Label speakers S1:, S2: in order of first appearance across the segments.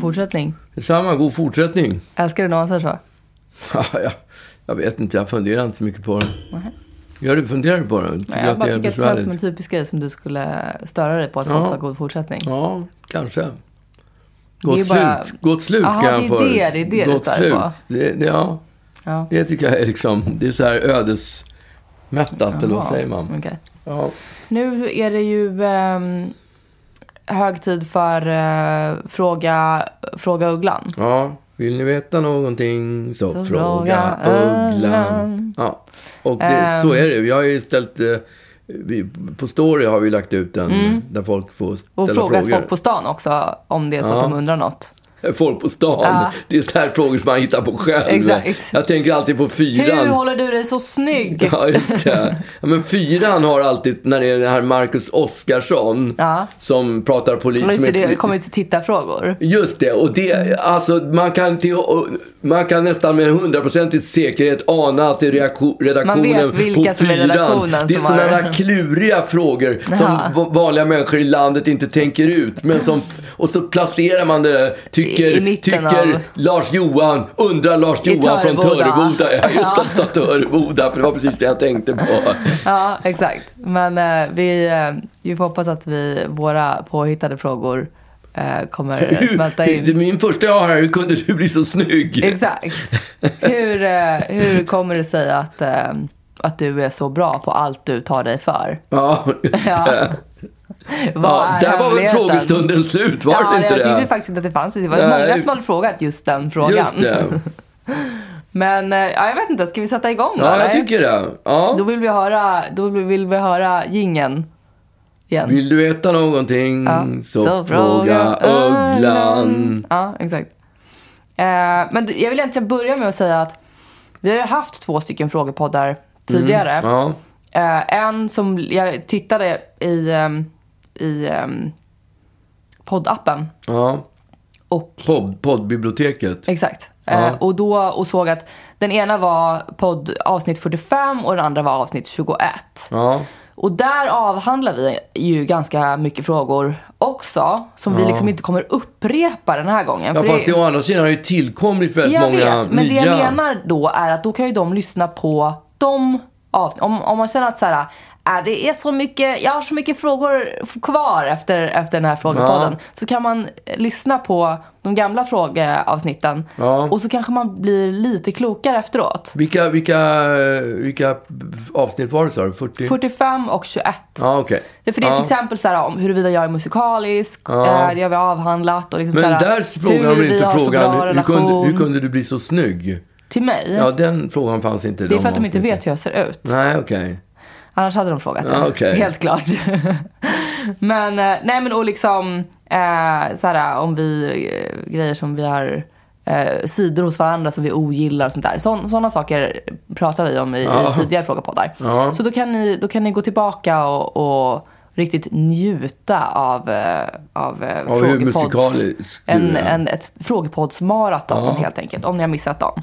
S1: fortsättning.
S2: Detsamma, god fortsättning.
S1: Älskar du någon så?
S2: Ja, jag, jag vet inte, jag funderar inte så mycket på det. Gör du, funderar du på det? Tycker
S1: Nej, jag bara
S2: det är
S1: tycker att det känns som en
S2: besvärligt?
S1: typisk grej som du skulle störa dig på att
S2: Ja.
S1: folk sa god fortsättning.
S2: Ja, kanske.
S1: är ju
S2: Gott
S1: bara-
S2: slut, gott slut
S1: Jaha,
S2: kallar
S1: det är
S2: jag för
S1: det- det är det du
S2: Gott
S1: stör dig på.
S2: slut. Det, det, ja,
S1: Ja.
S2: det tycker jag är liksom, det är så här ödesmättat, eller vad
S1: Jaha,
S2: säger man?
S1: okej.
S2: Ja.
S1: Nu är det ju ehm, hög tid för eh, fråga, fråga Ugglan.
S2: Ja, vill ni veta någonting så, fråga
S1: Så fråga
S2: Ugglan.
S1: Ugglan. Ehm.
S2: Ja, och det, så är det. Vi har ju ställt... eh, Vi, på Story har vi lagt ut en där folk får ställa
S1: Mm. Och
S2: frågor.
S1: frågat folk på stan också om det är så
S2: Ja.
S1: att de undrar något.
S2: Folk på stan.
S1: Ja.
S2: Det är så här frågor som man hittar på själv.
S1: Exakt.
S2: Jag tänker alltid på
S1: Hur
S2: fyran.
S1: håller du dig så snygg?
S2: Ja, just det. Ja, men fyran har alltid, när det är den här Marcus Oskarsson
S1: Ja.
S2: som pratar polis.
S1: Ja,
S2: som
S1: Just Liksom, det,
S2: är-
S1: det kommer ju till tittarfrågor.
S2: Just det, och det, alltså man kan, till, man kan nästan med hundraprocentig säkerhet ana att det är reaktion, redaktionen
S1: vet vilka
S2: på
S1: som är
S2: fyran.
S1: redaktionen
S2: det är
S1: som
S2: sådana
S1: har-
S2: där kluriga frågor som
S1: Jaha.
S2: va- vanliga människor i landet inte tänker ut. Men som, och så placerar man det där. tycker,
S1: I- i mitten
S2: tycker
S1: av-
S2: Lars-Johan, undrar Lars-Johan från
S1: Töreboda.
S2: Töreboda. Ja, just
S1: Ja.
S2: det, sa Töreboda, för det var precis det jag tänkte på.
S1: Ja, exakt. Men eh, vi, eh, vi får hoppas att vi, våra påhittade frågor eh, kommer smälta
S2: Hur-
S1: in.
S2: Min första jag har här, hur kunde du bli så snygg?
S1: Exakt. Hur, eh, hur kommer det sig att, eh, att du är så bra på allt du tar dig för?
S2: Ja, just
S1: Ja.
S2: det.
S1: Vad
S2: ja,
S1: är
S2: där var väl
S1: hemligheten?
S2: frågestunden slut, var
S1: Ja,
S2: det inte
S1: jag tyckte
S2: det?
S1: faktiskt inte att det fanns. Det var
S2: Nej.
S1: många som hade frågat just den frågan.
S2: Just det.
S1: Men eh, ja, jag vet inte, ska vi sätta igång då?
S2: Ja, jag
S1: eller?
S2: tycker det.
S1: Då
S2: Ja.
S1: vill vi höra, då vill vi höra gingen igen.
S2: Vill du veta någonting
S1: Ja.
S2: Mm, så, fråga Ugglan. Mm.
S1: Ja, exakt. Eh, men du, jag vill egentligen börja med att säga att vi har ju haft två stycken frågepoddar tidigare.
S2: Ja.
S1: Eh, en som jag tittade i, ehm, i ehm, poddappen.
S2: ja.
S1: Och
S2: Podd, poddbiblioteket.
S1: Exakt.
S2: Ja.
S1: Eh, och då och såg att den ena var podd avsnitt 45 och den andra var avsnitt 21.
S2: Ja.
S1: Och där avhandlar vi ju ganska mycket frågor också som vi liksom inte kommer upprepa den här gången.
S2: ja,
S1: För det-
S2: fast det, å andra sidan har det tillkommit väldigt
S1: jag
S2: många
S1: vet, men
S2: nya.
S1: det jag menar då är att då kan ju de lyssna på de avsnitt. Om, om man känner att så här, äh, det är så mycket, jag har så mycket frågor kvar efter, efter den här frågepodden.
S2: Ja.
S1: Så kan man eh, lyssna på de gamla frågeavsnitten
S2: Ja.
S1: och så kanske man blir lite klokare efteråt.
S2: Vilka, vilka, vilka avsnitt var det sa du? 40?
S1: 45 och 21.
S2: Ja, okej.
S1: Det är För det är
S2: ja.
S1: till exempel så här, om huruvida jag är musikalisk,
S2: Ja.
S1: eh, det har vi avhandlat och liksom
S2: Men
S1: så här,
S2: där frågade de
S1: hur
S2: väl
S1: vi
S2: inte
S1: har så bra
S2: frågan hur
S1: relation
S2: kunde, hur kunde du bli så snygg?
S1: till mig.
S2: Ja, den frågan fanns inte i
S1: det är för att de inte
S2: avsnitten.
S1: vet hur jag ser ut.
S2: Nej, okej.
S1: Annars hade de frågat
S2: Ja,
S1: det.
S2: Ah, okej.
S1: Helt klart. men, eh, nej men och liksom eh, såhär, om vi, eh, grejer som vi har, eh, sidor hos varandra som vi ogillar och sånt där. Sådana saker pratar vi om i,
S2: Ja.
S1: i tidigare frågepoddar.
S2: Ja.
S1: Så då kan, ni, då kan ni gå tillbaka och, och riktigt njuta av, eh, av, eh,
S2: hur
S1: frågepods-
S2: musikalisk du
S1: en,
S2: är.
S1: en, ett frågepoddsmaraton
S2: Ja.
S1: helt enkelt. Om ni har missat dem.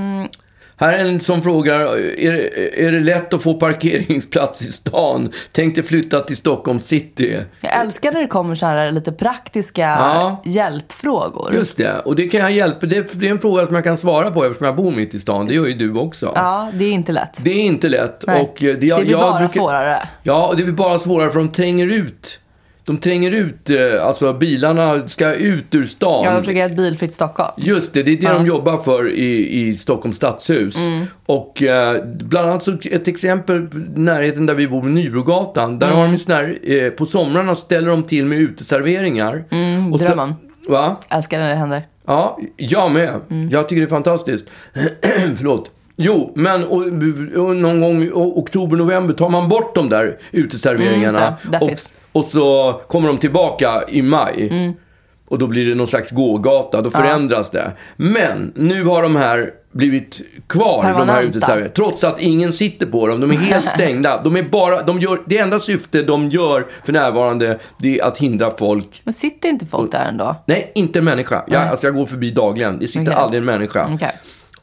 S2: Här är en som frågar, är, det- är det lätt att få parkeringsplats i stan? Tänkte flytta till Stockholm city.
S1: Jag älskar när det kommer så här lite praktiska
S2: Ja.
S1: hjälpfrågor.
S2: Just det, och det kan jag hjälpa. Det, det är en fråga som jag kan svara på eftersom jag bor mitt i stan. Det gör ju du också.
S1: Ja, det är inte lätt.
S2: Det är inte lätt.
S1: Nej.
S2: Och eh,
S1: Det
S2: jag,
S1: blir
S2: jag
S1: bara
S2: brukar-
S1: svårare.
S2: Ja, och det blir bara svårare för de tränger ut. De tränger ut, eh, alltså bilarna ska ut ur stan.
S1: Jag försöker göra ett bilfritt Stockholm.
S2: Just det, det är det de jobbar för i, i Stockholms stadshus. Och eh, bland annat så ett exempel, närheten där vi bor, Nybrogatan. Där har de ju sån här, eh, på somrarna ställer de till med uteserveringar. Mm,
S1: drömmen.
S2: Va?
S1: Älskar när det händer.
S2: Ja, jag med.
S1: Mm.
S2: Jag tycker det är fantastiskt. Förlåt. Jo, men och, och någon gång i o- oktober, november tar man bort de där uteserveringarna.
S1: Mm, så,
S2: och,
S1: deppigt.
S2: och så kommer de tillbaka i maj.
S1: Mm.
S2: Och då blir det någon slags gågata. Då förändras det. Men nu har de här blivit kvar, de här
S1: Permanenta.
S2: uteserveringarna. Trots att ingen sitter på dem. De är helt stängda. De är bara, de gör, det enda syfte de gör för närvarande, det är att hindra folk
S1: Men sitter inte folk där ändå?
S2: Nej, inte en människa. Jag, alltså, jag går förbi dagligen. Det sitter
S1: Okej.
S2: aldrig en människa.
S1: Okej.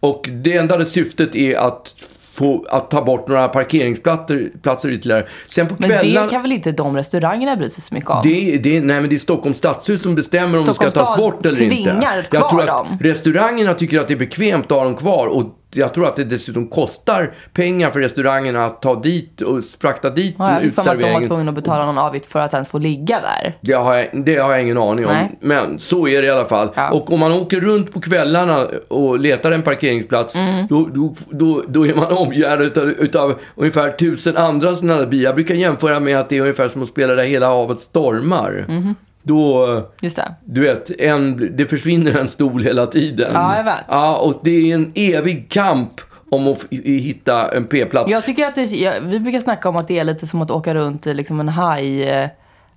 S2: Och det enda syftet är att, få, att ta bort några parkeringsplatser platser ytterligare. Sen på
S1: Men
S2: kvällarna...
S1: det kan väl inte de restaurangerna bry sig så mycket om?
S2: Det, är- det, är- nej men det är Stockholms stadshus som bestämmer om de ska
S1: Stockholms
S2: tas
S1: stad
S2: bort eller inte.
S1: tvingar
S2: Jag
S1: kvar
S2: tror att
S1: dem.
S2: restaurangerna tycker att det är bekvämt att ha dem kvar och jag tror att det dessutom kostar pengar för restaurangerna att ta dit och frakta dit
S1: Ja, jag fick för mig att de var
S2: utserveringen.
S1: tvungna att betala någon avgift för att ens få ligga där.
S2: Det har, jag, det har jag ingen aning om.
S1: Nej.
S2: Men så är det i alla fall.
S1: Ja.
S2: Och om man åker runt på kvällarna och letar en parkeringsplats,
S1: Mm.
S2: då, då, då, då är man omgärdad utav, utav ungefär tusen andra sådana där bilar. Jag brukar jämföra med att det är ungefär som att spela där hela havet stormar.
S1: Mm-hmm.
S2: Då,
S1: Just det.
S2: du vet, en, det försvinner en stol hela tiden.
S1: Ja, jag vet.
S2: Ja, och det är en evig kamp om att f- hitta en p-plats.
S1: Jag tycker att det, jag, vi brukar snacka om att det är lite som att åka runt i liksom en haj, eh,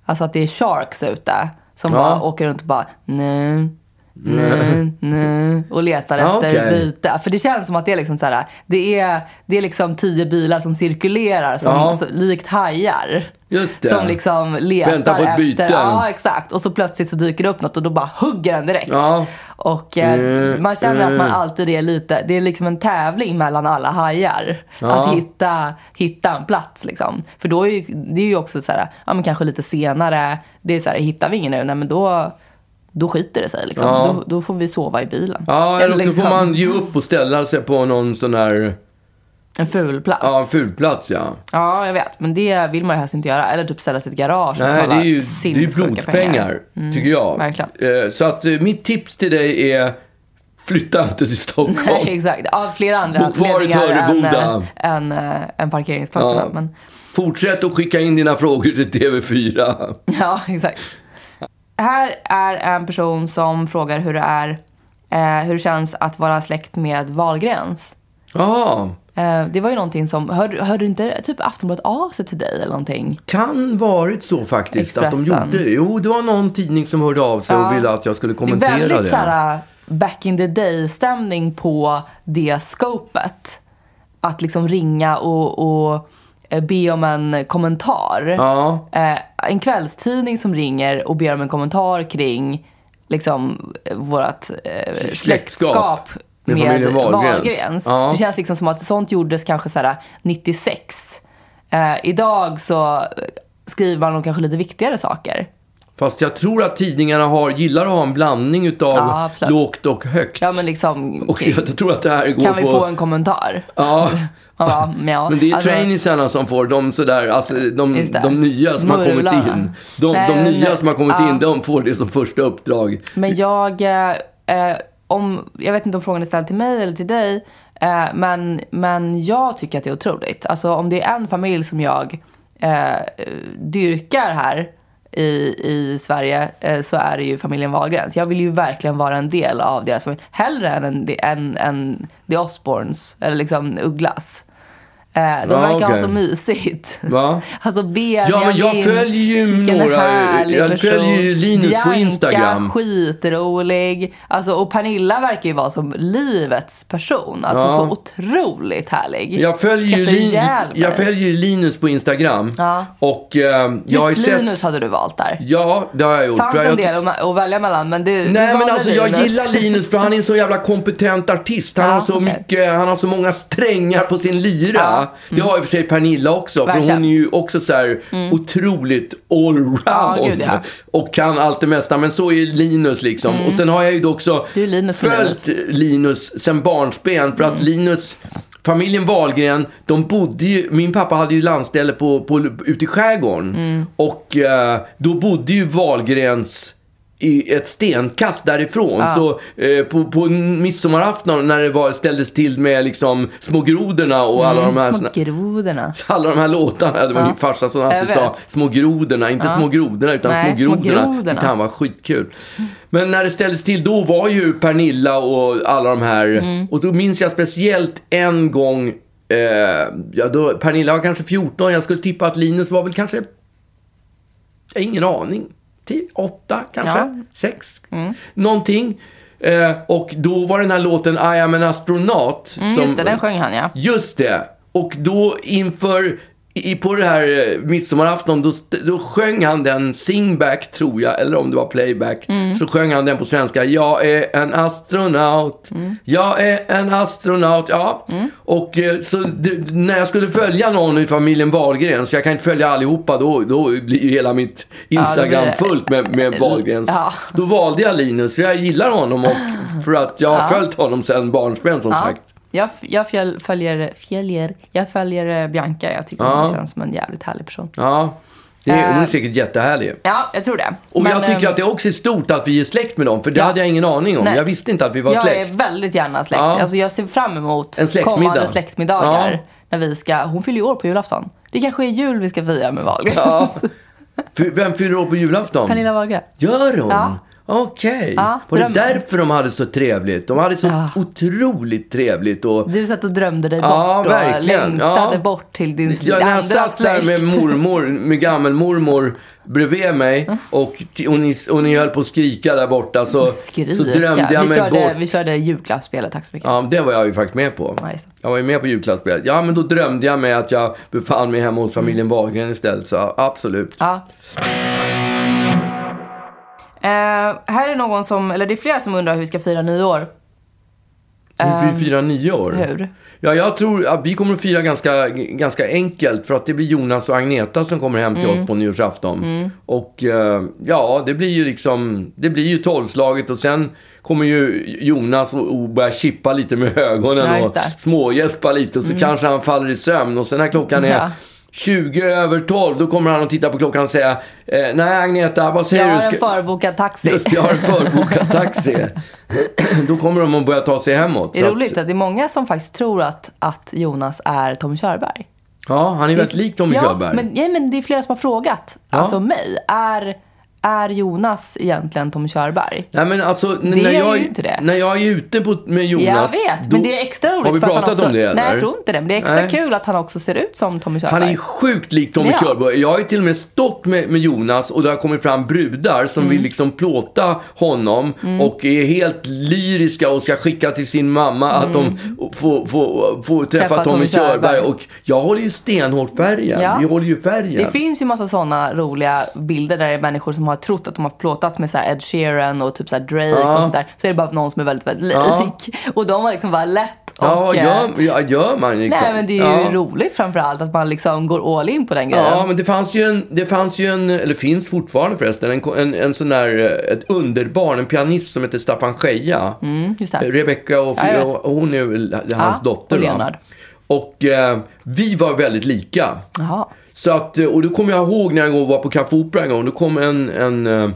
S1: alltså att det är sharks ute. Som
S2: Ja.
S1: bara åker runt och bara nu, nu, nu och letar
S2: Ja,
S1: efter
S2: okej.
S1: byte. För det känns som att det är liksom så här, det är, det är liksom tio bilar som cirkulerar som
S2: Ja.
S1: så, likt hajar.
S2: Just det.
S1: Som liksom letar
S2: Väntar på ett
S1: efter,
S2: byte.
S1: ja exakt. Och så plötsligt så dyker det upp något och då bara hugger den direkt.
S2: Ja.
S1: Och eh,
S2: Mm,
S1: man känner att man
S2: mm.
S1: alltid är lite, det är liksom en tävling mellan alla hajar. Att hitta, hitta en plats liksom. För då är ju, det är ju också så här, ja men kanske lite senare, det är så här, hittar vi ingen nu, nej men då, då skiter det sig liksom.
S2: Ja.
S1: Då, då får vi sova i bilen.
S2: Ja, eller också
S1: liksom
S2: får man ge upp och ställa sig på någon sån här,
S1: en ful plats.
S2: ja, en fulplats ja.
S1: Ja, jag vet. Men det vill man ju helst inte göra. Eller typ ställa sig i ett garage och
S2: Nej, det
S1: betala
S2: är ju det är ju
S1: sinnessjuka Mm.
S2: blodspengar, tycker jag.
S1: verkligen.
S2: Eh, Så att eh, mitt tips till dig är, flytta inte till Stockholm.
S1: Nej, exakt. Ja, flera andra
S2: Bo kvar i Töreboda.
S1: än, än, än, än parkeringsplatserna.
S2: Ja.
S1: Men,
S2: Fortsätt att skicka in dina frågor till TV4.
S1: ja, exakt. Här är en person som frågar hur det är eh, hur det känns att vara släkt med Wahlgrens.
S2: Ja,
S1: Eh, det var ju någonting som, hör, hörde inte typ Aftonbladet av sig till dig eller någonting?
S2: kan varit så faktiskt att de
S1: Expressen.
S2: gjorde det. Jo, det var någon tidning som hörde av sig och ville att jag skulle
S1: Det är
S2: kommentera det.
S1: väldigt så här uh, back in the day stämning på det scopet. Att liksom ringa och, och eh, be om en kommentar.
S2: Ja.
S1: Eh, en kvällstidning som ringer och ber om en kommentar kring liksom eh, vårat eh, släktskap
S2: med familjen
S1: med
S2: Wahlgrens.
S1: Wahlgrens.
S2: Ja.
S1: Det känns liksom som att sånt gjordes kanske så här 96. Eh, idag så eh, skriver man om kanske lite viktigare saker.
S2: Fast jag tror att tidningarna har, gillar att ha en blandning utav
S1: Ja, absolut.
S2: lågt och högt.
S1: Ja men liksom,
S2: Och jag tror att det här går
S1: kan vi
S2: på...
S1: få en kommentar?
S2: Ja.
S1: Man bara, "Mm, ja.
S2: Men det är
S1: Alltså,
S2: traineesarna som får, de sådär, alltså de,
S1: Just det.
S2: de nya som har kommit
S1: Murvlarna.
S2: in. De,
S1: Nej,
S2: de
S1: men-
S2: nya som har kommit
S1: ja.
S2: in, de får det som första uppdrag.
S1: Men jag, eh, eh, om, jag vet inte om frågan är ställd till mig eller till dig. Eh, men, men jag tycker att det är otroligt. Alltså om det är en familj som jag eh, dyrkar här i, i Sverige eh, så är det ju familjen Wahlgrens. Jag vill ju verkligen vara en del av deras familj. Hellre än, en, än, än The Osborns eller liksom Ugglas. Eh, de
S2: Ja,
S1: verkar ha
S2: okej.
S1: så mysigt.
S2: Va?
S1: Alltså Benjamin.
S2: Ja, men jag följer ju
S1: vilken
S2: några-
S1: härlig
S2: jag
S1: person.
S2: följer ju Linus på
S1: Bianca,
S2: Instagram.
S1: skitrolig. Alltså, och Pernilla verkar ju vara som livets person. Alltså
S2: Ja.
S1: så otroligt härlig.
S2: Jag följer, ju
S1: Skrattar
S2: Lin-
S1: ihjäl mig.
S2: jag följer ju Linus på Instagram.
S1: Ja.
S2: Och eh, jag har ju
S1: Just
S2: sett...
S1: Linus hade du valt där.
S2: Ja, det har jag gjort.
S1: fanns
S2: För jag
S1: en del att, att välja mellan men du, du
S2: Nej men
S1: valde
S2: alltså jag
S1: Linus.
S2: gillar Linus för han är en så jävla kompetent artist. Han,
S1: Ja,
S2: har, så
S1: okej.
S2: mycket, han har så många strängar på sin lyra.
S1: Ja,
S2: Det har i och för sig Pernilla också. För
S1: Verkligen. Mm.
S2: hon är ju också så här otroligt allround.
S1: Ja, gud, ja. Mm.
S2: Och kan allt det mesta. Men så är Linus liksom. Och sen har jag ju då också
S1: Du är Linus för
S2: följt Linus sen barnsben. För att Linus Familjen Wahlgren, de bodde ju, min pappa hade ju landställe på, på, ute i skärgården. Och eh, då bodde ju Wahlgrens i ett stenkast därifrån. Så eh, på, på midsommarafton när det var, ställdes till med liksom små grodorna och alla de här
S1: Mm, Små
S2: såna-
S1: grodorna.
S2: alla de här låtarna, det var
S1: Ja.
S2: min farsa som alltid
S1: Jag
S2: sa
S1: vet.
S2: små grodorna, inte små grodorna utan
S1: Nej,
S2: små grodorna.
S1: små grodorna.
S2: Tyckte han var skitkul. Men när det ställdes till då var ju Pernilla och alla de här
S1: Mm.
S2: och då minns jag speciellt en gång, eh, ja, då, Pernilla var kanske 14, jag skulle tippa att Linus var väl kanske, jag har ingen aning, 10, 8 kanske,
S1: Ja. Mm.
S2: 6, någonting. Eh, och då var den här låten I am an astronaut.
S1: Mm, just det, den sjöng han ja.
S2: Just det. Och då inför, i, på det här eh, midsommarafton, då, st- då sjöng han den singback, tror jag, eller om det var playback.
S1: Mm.
S2: Så sjöng han den på svenska. Jag är en astronaut.
S1: Mm.
S2: Jag är en astronaut. Ja. Och eh, så d- när jag skulle följa någon i familjen Wahlgren, så jag kan inte följa allihopa, då, då blir ju hela mitt Instagram
S1: det-
S2: fullt med, med Wahlgrens.
S1: Ja.
S2: Då valde jag Linus, för jag gillar honom
S1: Ah.
S2: och för att jag har följt honom sedan barnsben som sagt.
S1: Jag, f- jag fjöl, följer, följer, jag följer eh, Bianca. Jag tycker hon känns som en jävligt härlig person.
S2: Ja, det är, hon är säkert jättehärlig.
S1: Ja, jag tror det.
S2: Och jag tycker
S1: Eh, ehm,
S2: att det också är stort att vi är släkt med dem, för det
S1: ja.
S2: hade jag ingen aning om.
S1: Nej.
S2: Jag visste inte att vi var
S1: jag
S2: släkt.
S1: är väldigt gärna släkt.
S2: Ja.
S1: Alltså, jag ser fram emot
S2: En släktmiddag.
S1: kommande släktmiddagar.
S2: Ja.
S1: När vi ska, hon fyller ju år på julafton. Det kanske är jul vi ska fira med Wahlgren.
S2: Ja. Fy- Vem fyller år på julafton?
S1: Pernilla Wahlgren.
S2: Gör hon?
S1: Ja.
S2: Okej.
S1: Ja,
S2: var det
S1: drömmer.
S2: därför de hade så trevligt? De hade så
S1: Ja.
S2: otroligt trevligt. Och...
S1: Du satt och drömde dig bort
S2: Ja,
S1: och
S2: verkligen.
S1: längtade
S2: Ja.
S1: bort till din
S2: Ja, när
S1: andra
S2: jag satt där
S1: släkt.
S2: med mormor, med gammelmormor bredvid mig
S1: Mm.
S2: och, t- och, ni, och ni höll på att skrika där borta så,
S1: Skrika.
S2: så drömde jag
S1: vi,
S2: mig
S1: körde,
S2: bort.
S1: vi körde julklappsspelet, tack så mycket.
S2: Ja, det var jag ju faktiskt med på.
S1: Ja, just det.
S2: Jag var ju med på julklappsspelet. Ja, men då drömde jag med att jag befann mig hemma hos familjen
S1: Mm.
S2: Wahlgren istället. Så absolut.
S1: Ja. Eh, här är någon som, eller det är flera som undrar hur vi ska fira nyår.
S2: Hur vi firar nyår.
S1: Ehm, hur?
S2: Ja, jag tror att vi kommer att fira ganska, ganska enkelt. För att det blir Jonas och Agneta som kommer hem till
S1: Mm.
S2: oss på nyårsafton. Och eh, ja, det blir ju liksom, det blir ju tolvslaget och sen kommer ju Jonas och, och börja chippa lite med ögonen
S1: Ja, just
S2: och
S1: det. Mm.
S2: smågäspa lite. Och så kanske han faller i sömn och sen när klockan är
S1: Ja.
S2: 20 över 12, då kommer han att titta på klockan och säga eh, Nej Agneta, vad säger
S1: Jag
S2: du?
S1: har en
S2: Ska-
S1: förbokad taxi.
S2: Just det, jag har en förbokad taxi. då kommer de att börja ta sig hemåt.
S1: det är
S2: så att-
S1: roligt att det är många som faktiskt tror att, att Jonas är Tommy Körberg.
S2: Ja, han är väldigt lik Tommy
S1: ja,
S2: Körberg.
S1: Men, ja, men det är flera som har frågat, alltså mig. Är, är Jonas egentligen Tommy Körberg?
S2: Nej men alltså, n-
S1: Det
S2: när,
S1: är
S2: jag,
S1: ju inte det.
S2: när jag är ute på, med Jonas.
S1: jag vet, men
S2: då-
S1: det är extra roligt
S2: Har vi
S1: för att
S2: pratat
S1: han också,
S2: om det eller?
S1: Nej, jag tror inte det. Men det är extra
S2: Nej.
S1: kul att han också ser ut som Tommy Körberg.
S2: Han är sjukt lik Tommy
S1: Ja.
S2: Körberg. Jag har ju till och med stått med, med Jonas och det har kommit fram brudar som
S1: Mm.
S2: vill liksom plåta honom och är helt lyriska och ska skicka till sin mamma att de får, får, får träffa,
S1: Mm. Träffa
S2: Tommy
S1: Tommy Körberg.
S2: Körberg. Och jag håller ju stenhårt färgen.
S1: Ja.
S2: Vi håller ju färgen.
S1: Det finns ju massa sådana roliga bilder där det är människor som har trott att de har plåtats med så här Ed Sheeran och typ så här Drake
S2: Ja.
S1: och sånt där. Så är det bara någon som är väldigt, väldigt
S2: Ja.
S1: lik. Och de har liksom bara lätt och...
S2: ja,
S1: eh,
S2: gör, ja, gör man liksom.
S1: Nej men det är ju
S2: ja.
S1: roligt roligt framförallt att man liksom går all in på den grejen.
S2: Ja, men det fanns ju en, det fanns ju en eller finns fortfarande förresten, en, en, en sån där, eh, ett underbarn, en pianist som heter Staffan Scheja. Eh,
S1: Just det.
S2: Rebecca och,
S1: Mm, Ja, jag vet.
S2: och hon är väl hans
S1: Ja,
S2: dotter.
S1: och
S2: va?
S1: Leonard.
S2: Och eh, vi var väldigt lika.
S1: Jaha.
S2: Så att, eh, och då kommer jag ihåg när jag var på Café Opera en gång. Då kom en, en, eh,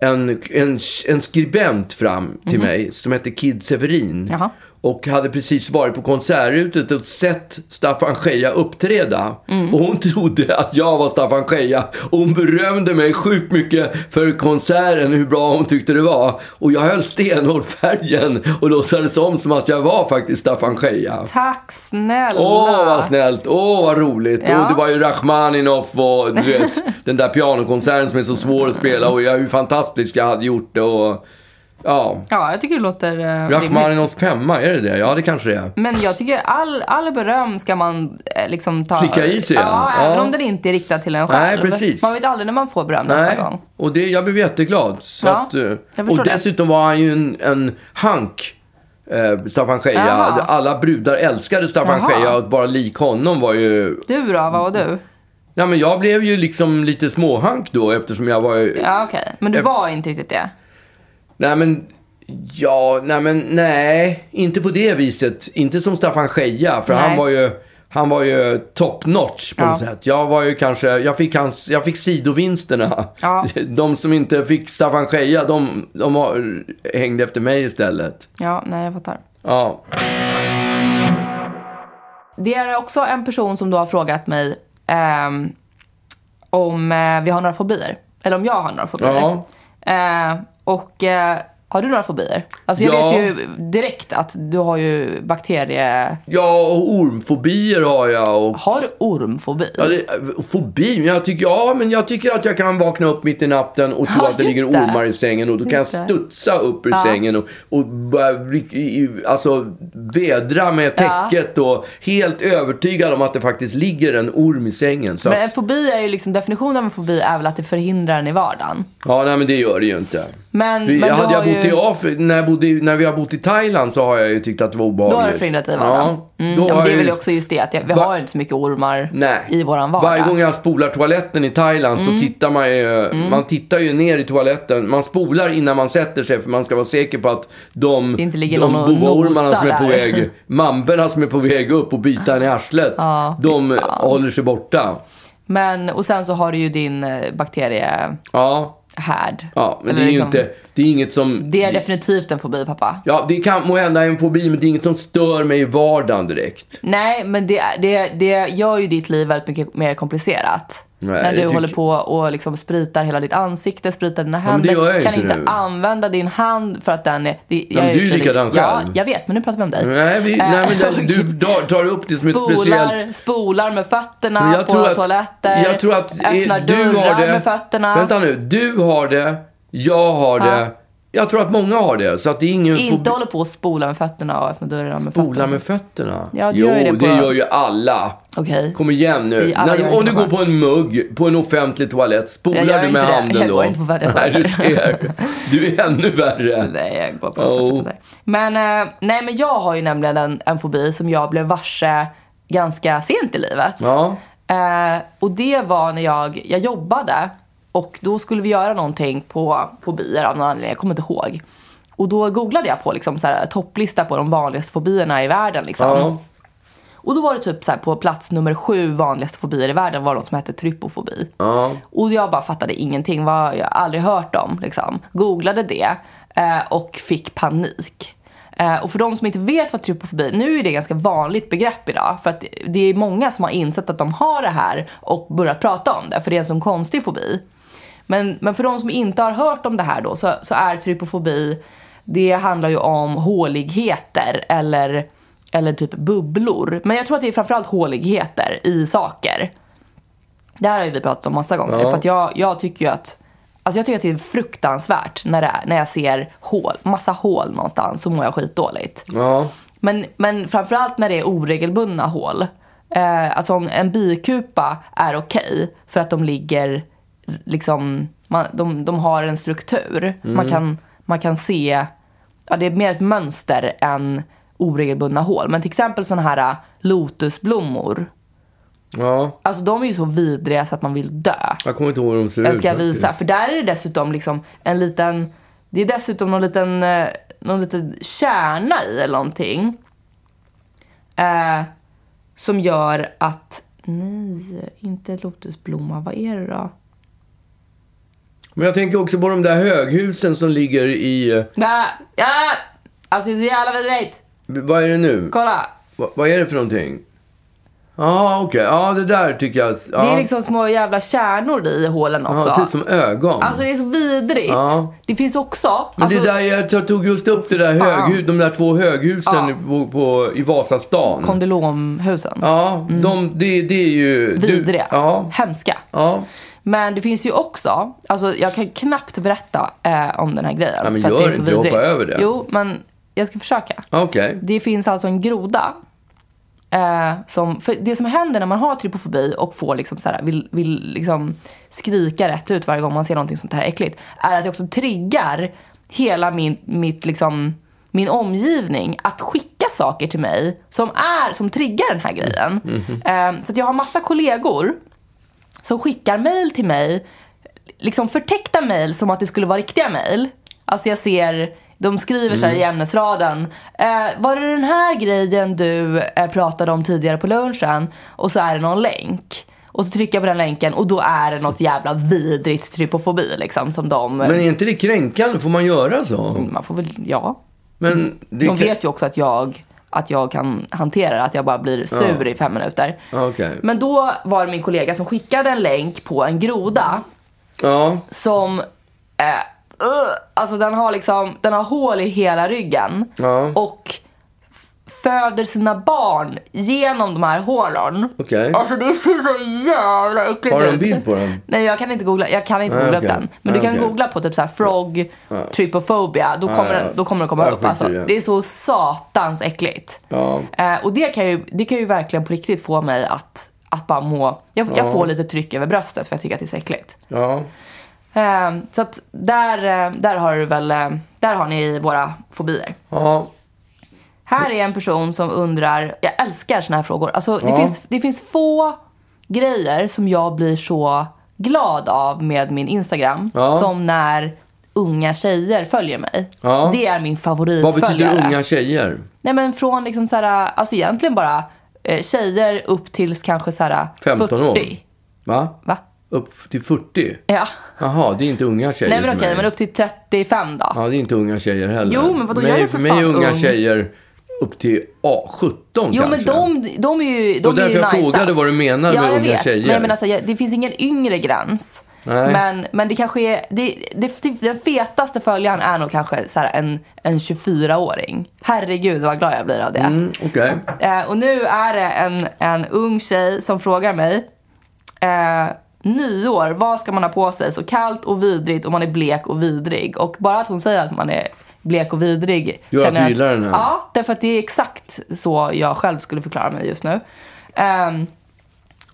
S2: en, en, en skribent fram till mig som hette Kid Severin.
S1: Jaha.
S2: och hade precis varit på konserthuset och sett Staffan Scheja uppträda. Och hon trodde att jag var Staffan Scheja. Och hon berömde mig sjukt mycket för konserten, hur bra hon tyckte det var. Och jag höll stenhårt färgen och låtsades om som att jag var faktiskt Staffan Scheja.
S1: Tack snälla.
S2: Åh, vad snällt! Åh, vad roligt!
S1: Ja.
S2: Och det var ju Rachmaninoff och du vet, den där pianokonserten som är så svår att spela och jag, hur fantastiskt jag hade gjort det och... Ja.
S1: Ja, jag tycker det låter eh, rimligt.
S2: Rachmaninoffs femma, är det det? Ja, det kanske det är.
S1: Men jag tycker all, all beröm ska man eh, liksom ta.
S2: Klicka i sig,
S1: Ja,
S2: ja.
S1: även
S2: Ja.
S1: om den inte är riktad till en
S2: Nej,
S1: själv.
S2: precis.
S1: Man vet aldrig när man får beröm nästa gång.
S2: och det, jag blev jätteglad. Så
S1: Ja,
S2: att, eh,
S1: jag förstår
S2: och
S1: det.
S2: dessutom var han ju en, en hank, eh, Staffan Scheja.
S1: Jaha.
S2: Alla brudar älskade Staffan
S1: Jaha.
S2: Scheja och att vara lik honom var ju...
S1: Du då, vad var
S2: Mm.
S1: du?
S2: Ja, men jag blev ju liksom lite småhank då eftersom jag var...
S1: Ja, okej. Men du
S2: Jag-
S1: var inte riktigt det.
S2: Nej men, ja, nej men nej. Inte på det viset. Inte som Staffan Scheja. För
S1: Nej.
S2: han var ju, han var ju top notch på
S1: Ja.
S2: något sätt. Jag var ju kanske, jag fick hans, jag fick sidovinsterna.
S1: Ja.
S2: De som inte fick Staffan Scheja, de, de har, hängde efter mig istället.
S1: Ja, nej jag fattar.
S2: Ja.
S1: Det är också en person som då har frågat mig ehm, om eh, vi har några fobier. Eller om jag har några fobier.
S2: Ja.
S1: Eh, och eh, har du några fobier? Alltså jag
S2: Ja.
S1: vet ju direkt att du har ju bakterie...
S2: Ja, och ormfobier har jag. Och,
S1: Har du ormfobi?
S2: ja, det, eh, fobi? Men Jag tycker, ja, men jag tycker att jag kan vakna upp mitt i natten och tro
S1: Ja,
S2: att det
S1: just
S2: ligger
S1: det.
S2: ormar i sängen. Och då kan jag
S1: Just det.
S2: studsa upp ur
S1: Ja.
S2: sängen och, och börja ryck- i- i- alltså, vädra med
S1: Ja.
S2: täcket. Och helt övertygad om att det faktiskt ligger en orm i sängen. Så,
S1: Men en fobi är ju liksom, definitionen av en fobi är väl att det förhindrar en i vardagen.
S2: ja, nej, men det gör det ju inte.
S1: Men,
S2: Vi,
S1: men du
S2: hade jag
S1: har
S2: bott i
S1: ju...
S2: Afrika, när, jag bodde, i- när vi har bott i Thailand så har jag ju tyckt att det var
S1: Då
S2: obehagligt.
S1: har det förhindrat dig i vardagen.
S2: Ja,
S1: Mm.
S2: då
S1: Ja,
S2: har
S1: men det är
S2: jag
S1: väl
S2: ju-
S1: också just det att jag, vi
S2: Va-
S1: har inte så mycket ormar
S2: Nej.
S1: i våran vardag. Mm.
S2: Varje gång jag spolar toaletten i Thailand så tittar man ju, man tittar ju ner i toaletten. Man spolar innan man sätter sig för man ska vara säker på att de,
S1: Det inte ligger
S2: de
S1: någon och
S2: bovaormarna
S1: nosar
S2: som är på
S1: där.
S2: väg, mamberna som är på väg upp och bita en i arslet, de håller sig borta.
S1: Men, och sen så har du ju din eh, bakteriehärd.
S2: Ja, ja men det är ju
S1: liksom-
S2: inte, det är inget som...
S1: Det är definitivt en fobi, pappa.
S2: Ja, det kan må hända en fobi, men det är inget som stör mig i vardagen direkt.
S1: Nej, men det, det, det gör ju ditt liv väldigt mycket mer komplicerat.
S2: Nej,
S1: När
S2: det
S1: du
S2: tycker-
S1: håller på och liksom spritar hela ditt ansikte, spritar dina
S2: men det
S1: händer.
S2: gör jag
S1: kan
S2: inte
S1: inte
S2: nu.
S1: använda din hand för att den är... Det,
S2: men
S1: är
S2: du är
S1: i och för sig-
S2: likadan
S1: Ja,
S2: själv.
S1: jag vet, men nu pratar vi om dig.
S2: Nej, vi,
S1: Eh,
S2: nej men det,
S1: och
S2: du tar upp det som ett speciellt...
S1: spolar, spolar med fötterna
S2: Men jag
S1: på
S2: tror att,
S1: toaletter.
S2: Jag tror att eh,
S1: öppnar
S2: du
S1: dörrar
S2: har det.
S1: med fötterna.
S2: Vänta nu. Du har det. Jag har det. Jag tror att många har det. Så att det är ingen fobi-
S1: Inte håller på att spola med fötterna och öppna dörrar med
S2: spola
S1: fötterna.
S2: med fötterna.
S1: Ja, du
S2: jo,
S1: gör ju det på-
S2: gör ju alla.
S1: Okej.
S2: Kom igen nu.
S1: Vi alla
S2: När,
S1: gör
S2: du-
S1: inte
S2: om du
S1: det
S2: går
S1: bara.
S2: på en mugg på en offentlig toalett, spolar
S1: Jag gör
S2: du
S1: inte
S2: med
S1: det.
S2: handen
S1: Jag
S2: då?
S1: går inte på offentliga
S2: Nej, du ser.
S1: toaletter.
S2: Du är ännu värre.
S1: Nej, jag går på
S2: Oh.
S1: oh. men, eh, nej, men jag har ju nämligen en, en fobi som jag blev varse ganska sent i livet.
S2: Ja.
S1: Eh, och det var när jag, jag jobbade och då skulle vi göra någonting på fobier av någon anledning, jag kommer inte ihåg. Och då googlade jag på liksom, så här, topplista på de vanligaste fobierna i världen. Liksom.
S2: Ja.
S1: Och då var det typ så här, på plats nummer sju vanligaste fobier i världen var något som hette trypofobi.
S2: Ja.
S1: Och jag bara fattade ingenting. Vad, jag har aldrig hört om. Liksom. Googlade det eh, och fick panik. Eh, och för de som inte vet vad trypofobi nu är det ett ganska vanligt begrepp idag. För att det är många som har insett att de har det här och börjat prata om det. För det är en sån konstig fobi. Men, men för de som inte har hört om det här då så, så är trypofobi, det handlar ju om håligheter eller, eller typ bubblor. Men jag tror att det är framförallt håligheter i saker. Det här har ju vi pratat om massa gånger.
S2: Ja.
S1: För att jag, jag tycker ju att Alltså jag tycker att det är fruktansvärt när, det är, när jag ser hål, massa hål någonstans så mår jag skitdåligt.
S2: Ja.
S1: Men, men framförallt när det är oregelbundna hål. Eh, alltså om en bikupa är okej för att de ligger liksom, man, de, de har en struktur. Man, kan, man kan se, ja det är mer ett mönster än oregelbundna hål. Men till exempel sådana här eh, lotusblommor.
S2: Ja.
S1: Alltså de är ju så vidriga så att man vill dö.
S2: Jag kommer inte ihåg hur de ser
S1: Jag
S2: ut.
S1: ska
S2: faktiskt.
S1: visa. För där är det dessutom liksom en liten, det är dessutom någon liten, eh, någon liten kärna i eller någonting. Eh, som gör att, nej, inte lotusblomma, vad är det då?
S2: Men jag tänker också på de där höghusen som ligger i... eh,
S1: Bä, ja, alltså det är så jävla vidrigt.
S2: Vad är det nu?
S1: Kolla!
S2: Va, vad är det för någonting? Ja, ah, okej. Ja, det där tycker jag... att- Ja.
S1: Det är liksom små jävla kärnor i hålen
S2: Ja,
S1: också.
S2: det ser ut som ögon.
S1: Alltså det är så vidrigt.
S2: Ja.
S1: Det finns också...
S2: Men
S1: alltså,
S2: det där, jag jag tog just upp det där
S1: Fan.
S2: höghus, de där två höghusen
S1: Ja.
S2: på, på, i Vasastan.
S1: Kondylomhusen.
S2: ja, de, det, det är ju... du-
S1: Mm. Vidriga.
S2: ja,
S1: Hemska.
S2: ja.
S1: Men det finns ju också, alltså jag kan knappt berätta eh, om den här grejen.
S2: Ja, men
S1: för att
S2: gör
S1: det är så
S2: inte, hoppa
S1: vidrigt.
S2: över det.
S1: Jo, men jag ska försöka.
S2: Okej.
S1: Det finns alltså en groda. Eh, som, för det som händer när man har trypofobi och får liksom så här, vill, vill liksom skrika rätt ut varje gång man ser någonting sånt här äckligt. Är att det också triggar hela min, mitt liksom, min omgivning att skicka saker till mig som, är, som triggar den här grejen.
S2: Mm-hmm.
S1: Eh, så att jag har massa kollegor som skickar mejl till mig, liksom förtäckta mejl som att det skulle vara riktiga mejl. Alltså jag ser, de skriver
S2: Mm.
S1: så här i ämnesraden. Eh, var det den här grejen du eh, pratade om tidigare på lunchen? Och så är det någon länk. Och så trycker jag på den länken och då är det något jävla vidrigt trypofobi liksom som de...
S2: Men är inte det kränkande? Får man göra så?
S1: Man får väl, ja.
S2: Men det
S1: De
S2: kan-
S1: vet ju också att jag, att jag kan hantera det, att jag bara blir sur i fem minuter.
S2: Okej.
S1: Men då var det min kollega som skickade en länk på en groda
S2: Ja,
S1: som... Eh, uh, alltså den har liksom, den har hål i hela ryggen.
S2: Ja.
S1: Och f- föder sina barn genom de här hålen.
S2: Okej.
S1: Alltså det ser så jävla äckligt
S2: Har du en
S1: ut.
S2: bild på den?
S1: Nej jag kan inte googla, jag kan inte
S2: Nej,
S1: googla
S2: okej.
S1: upp den. Men
S2: Nej,
S1: du kan
S2: okej.
S1: googla på typ såhär frog trypophobia. Då kommer,
S2: ja.
S1: Den, då kommer den komma
S2: Ja,
S1: upp
S2: skit
S1: alltså.
S2: i det.
S1: Det är så satans äckligt.
S2: Ja.
S1: Eh, och det kan, ju, det kan ju verkligen på riktigt få mig att, att bara må, jag, jag får lite tryck över bröstet för jag tycker att det är så äckligt.
S2: ja.
S1: Eh, så att där, eh, där har du väl, eh, där har ni våra fobier.
S2: ja.
S1: Här är en person som undrar, jag älskar såna här frågor. Alltså det,
S2: Ja.
S1: finns, det finns få grejer som jag blir så glad av med min Instagram
S2: Ja.
S1: som när unga tjejer följer mig.
S2: Ja.
S1: Det är min
S2: Vad
S1: favoritföljare.
S2: betyder unga tjejer?
S1: Nej men från liksom så här, alltså egentligen bara eh, tjejer upp tills kanske så här
S2: 15 år?
S1: 40.
S2: Va?
S1: Va?
S2: Upp till 40?
S1: Ja.
S2: Jaha, det är inte unga tjejer
S1: Nej men
S2: för
S1: okej,
S2: mig.
S1: men upp till 35 då.
S2: Ja, det är inte unga tjejer heller.
S1: Jo, men vadå,
S2: mig,
S1: jag är för
S2: mig
S1: fan
S2: är unga
S1: ung.
S2: tjejer upp till ah, 17
S1: Jo
S2: kanske.
S1: men de, de är ju de
S2: Och därför
S1: är ju
S2: jag
S1: nicest.
S2: frågade vad du menade
S1: ja,
S2: med
S1: jag
S2: unga
S1: vet.
S2: tjejer.
S1: Men jag menar, så här, jag- det finns ingen yngre gräns.
S2: Nej.
S1: Men, men det kanske är, det, det, det, den fetaste följaren är nog kanske så här en, en 24-åring. Herregud vad glad jag blir av det.
S2: Mm, Okej.
S1: Eh, och nu är det en, en ung tjej som frågar mig. Eh, nyår, vad ska man ha på sig? Så kallt och vidrigt och man är blek och vidrig. Och bara att hon säger att man är blek och vidrig.
S2: Gör att
S1: känner
S2: du
S1: jag
S2: gillar den här.
S1: Ja, därför att det är exakt så jag själv skulle förklara mig just nu. Ehm,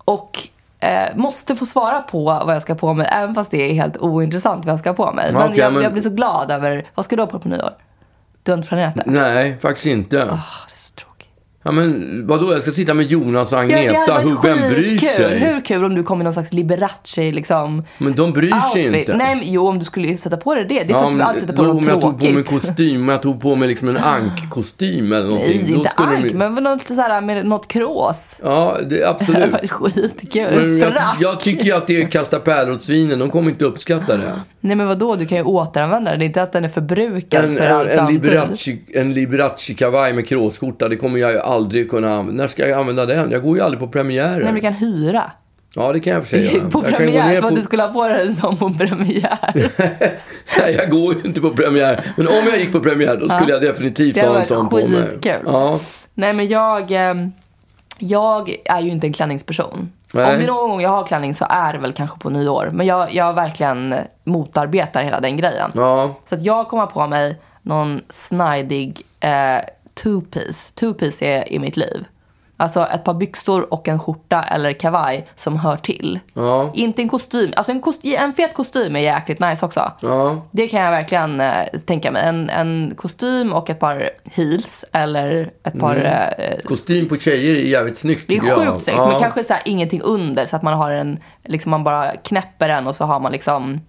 S1: och eh, måste få svara på vad jag ska ha på mig, även fast det är helt ointressant vad jag ska ha på mig. Men,
S2: Okej,
S1: jag,
S2: men-
S1: jag blir så glad över, vad ska du ha på dig på nyår? Du har inte planerat det?
S2: Nej, faktiskt inte.
S1: Ah, det är så tråkigt.
S2: Ja, men vadå, jag ska sitta med Jonas och
S1: Ja,
S2: Agneta.
S1: det hade varit
S2: Hur, vem bryr sig?
S1: skitkul. Hur kul om du kom i någon slags Liberace liksom,
S2: Men de bryr sig
S1: outfit.
S2: inte.
S1: Nej, men, jo, om du skulle sätta på dig det. Det är för att du
S2: men
S1: alltid sätter på
S2: då
S1: något
S2: om jag tog på mig
S1: tråkigt. Ah.
S2: kostym, om jag tog på mig liksom en ankkostym eller någonting.
S1: Nej,
S2: då
S1: inte
S2: skulle de
S1: ank,
S2: ju-
S1: men väl något, lite så här, med något krås.
S2: Ja, det,
S1: Det
S2: absolut.
S1: var skitkul.
S2: Men jag,
S1: Frack.
S2: jag tycker ju att det är kasta pärlor åt svinen, de kommer inte uppskatta det.
S1: Nej men vadå, du kan ju återanvända den. Det är inte att den är förbrukad
S2: En,
S1: för all
S2: en, en,
S1: framtid.
S2: Liberace, en Liberace kavaj med kråsskjorta, det kommer jag ju aldrig kunna använda. När ska jag använda den? Jag går ju aldrig på premiärer.
S1: Nej men du kan hyra.
S2: Ja, det kan jag för sig göra.
S1: På
S2: jag kan gå
S1: premiär,
S2: ner
S1: som att
S2: på-
S1: du skulle ha på dig en sån på premiär.
S2: Nej, jag går ju inte på premiär. Men om jag gick på premiär, då skulle jag definitivt
S1: Det hade
S2: ha en
S1: varit
S2: sån på mig.
S1: skitkul.
S2: Ja.
S1: Nej men jag, ehm, jag är ju inte en klänningsperson.
S2: Nej.
S1: Om det är någon gång jag har klänning så är det väl kanske på nyår. Men jag, jag verkligen motarbetar hela den grejen.
S2: Ja.
S1: Så att jag kommer ha på mig någon snidig eh, two-piece. Two-piece är i mitt liv. Alltså ett par byxor och en skjorta eller kavaj som hör till.
S2: Ja.
S1: Inte en kostym. Alltså en, kost- en fet kostym är jäkligt nice också.
S2: Ja.
S1: Det kan jag verkligen eh, tänka mig. En, en kostym och ett par heels eller ett par... Eh,
S2: Kostym på tjejer är jävligt snyggt
S1: det är
S2: tycker jag.
S1: sjukt snyggt,
S2: ja.
S1: men kanske så här, ingenting under så att man har en, liksom man bara knäpper den och så har man liksom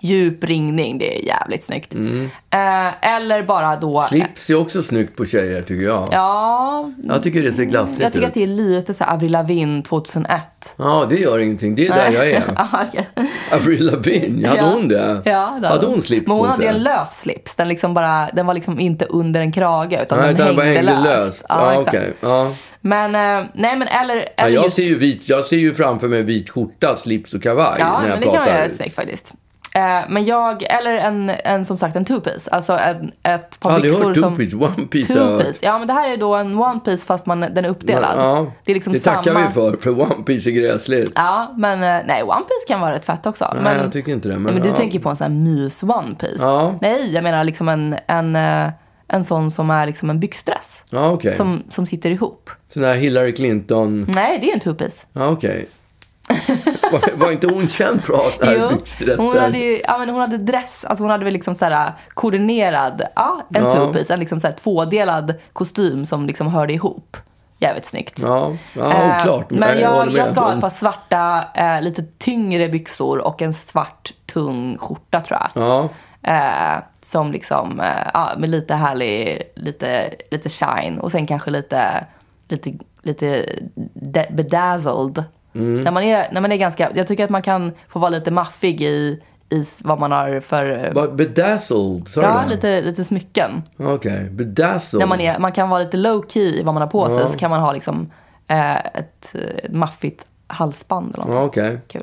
S1: djup ringning, det är jävligt snyggt.
S2: Mm.
S1: Eh, eller bara då...
S2: Slips är också snyggt på tjejer tycker jag.
S1: Ja,
S2: Jag tycker det ser glassigt
S1: jag tycker
S2: ut.
S1: att det är lite så här Avril Lavigne 2001.
S2: Ja, det gör ingenting. Det är där jag är.
S1: Ja, okej.
S2: Avril Lavigne, hade
S1: Ja.
S2: hon det?
S1: Ja, det
S2: hade hon slips
S1: Men hon
S2: på
S1: hade
S2: sig?
S1: en lös slips. Den, liksom bara, den var liksom inte under en krage utan
S2: Nej,
S1: den
S2: den
S1: hängde,
S2: bara hängde
S1: löst.
S2: löst.
S1: Ja,
S2: Ja,
S1: exakt.
S2: okej. Ja.
S1: Men, eh, nej men eller, eller
S2: Ja, jag,
S1: just...
S2: ser ju vit, jag ser ju framför mig vit skjorta, slips och kavaj
S1: ja,
S2: när jag
S1: men det kan
S2: pratar.
S1: vara rätt snyggt faktiskt. Eh, men jag, eller en, en som sagt en two-piece. Alltså en, ett
S2: jag har
S1: par
S2: aldrig
S1: byxor
S2: hört
S1: som...
S2: two-piece, one-piece.
S1: Two-piece. Ja, men det här är då en one-piece fast man, den är uppdelad.
S2: Ja,
S1: Det är liksom
S2: det tackar
S1: samma...
S2: vi för, för one-piece är gräsligt.
S1: Ja, men eh, nej, One Piece kan vara rätt fett också.
S2: Nej,
S1: men,
S2: jag tycker inte det, men
S1: men, men du
S2: ja.
S1: tänker på en sån här mys One Piece.
S2: Ja.
S1: Nej, jag menar liksom en, en, eh, en sån som är liksom en byxdress.
S2: Ja, okej.
S1: Som, som sitter ihop.
S2: Sån här Hillary Clinton.
S1: Nej, det är en two-piece.
S2: Ja, okej. var, var inte hon känd för att ha såna här
S1: hon hade
S2: byxdressar?
S1: ju, ja men hon hade dress, alltså hon hade väl liksom såhär koordinerad, ja en
S2: Ja.
S1: two-piece, en liksom såhär tvådelad kostym som liksom hörde ihop. Jävligt snyggt.
S2: Ja, ja
S1: Eh,
S2: oklart.
S1: Men
S2: håller
S1: jag,
S2: med.
S1: jag ska ha ett par svarta, eh, lite tyngre byxor och en svart tung skjorta tror jag.
S2: Ja,
S1: Eh, som liksom, eh, ja, med lite härlig, lite, lite shine och sen kanske lite, lite, lite de- bedazzled.
S2: Mm.
S1: När, man är, när man är ganska, jag tycker att man kan få vara lite maffig i, i s- vad man har för,
S2: Bara bedazzled, sa
S1: ja,
S2: du det?
S1: lite, lite smycken.
S2: Okej, bedazzled.
S1: När man, är, man kan vara lite low key i vad man har på sig så kan man ha liksom eh, ett eh, maffigt halsband eller
S2: Ja,
S1: något.
S2: okej.
S1: Kul.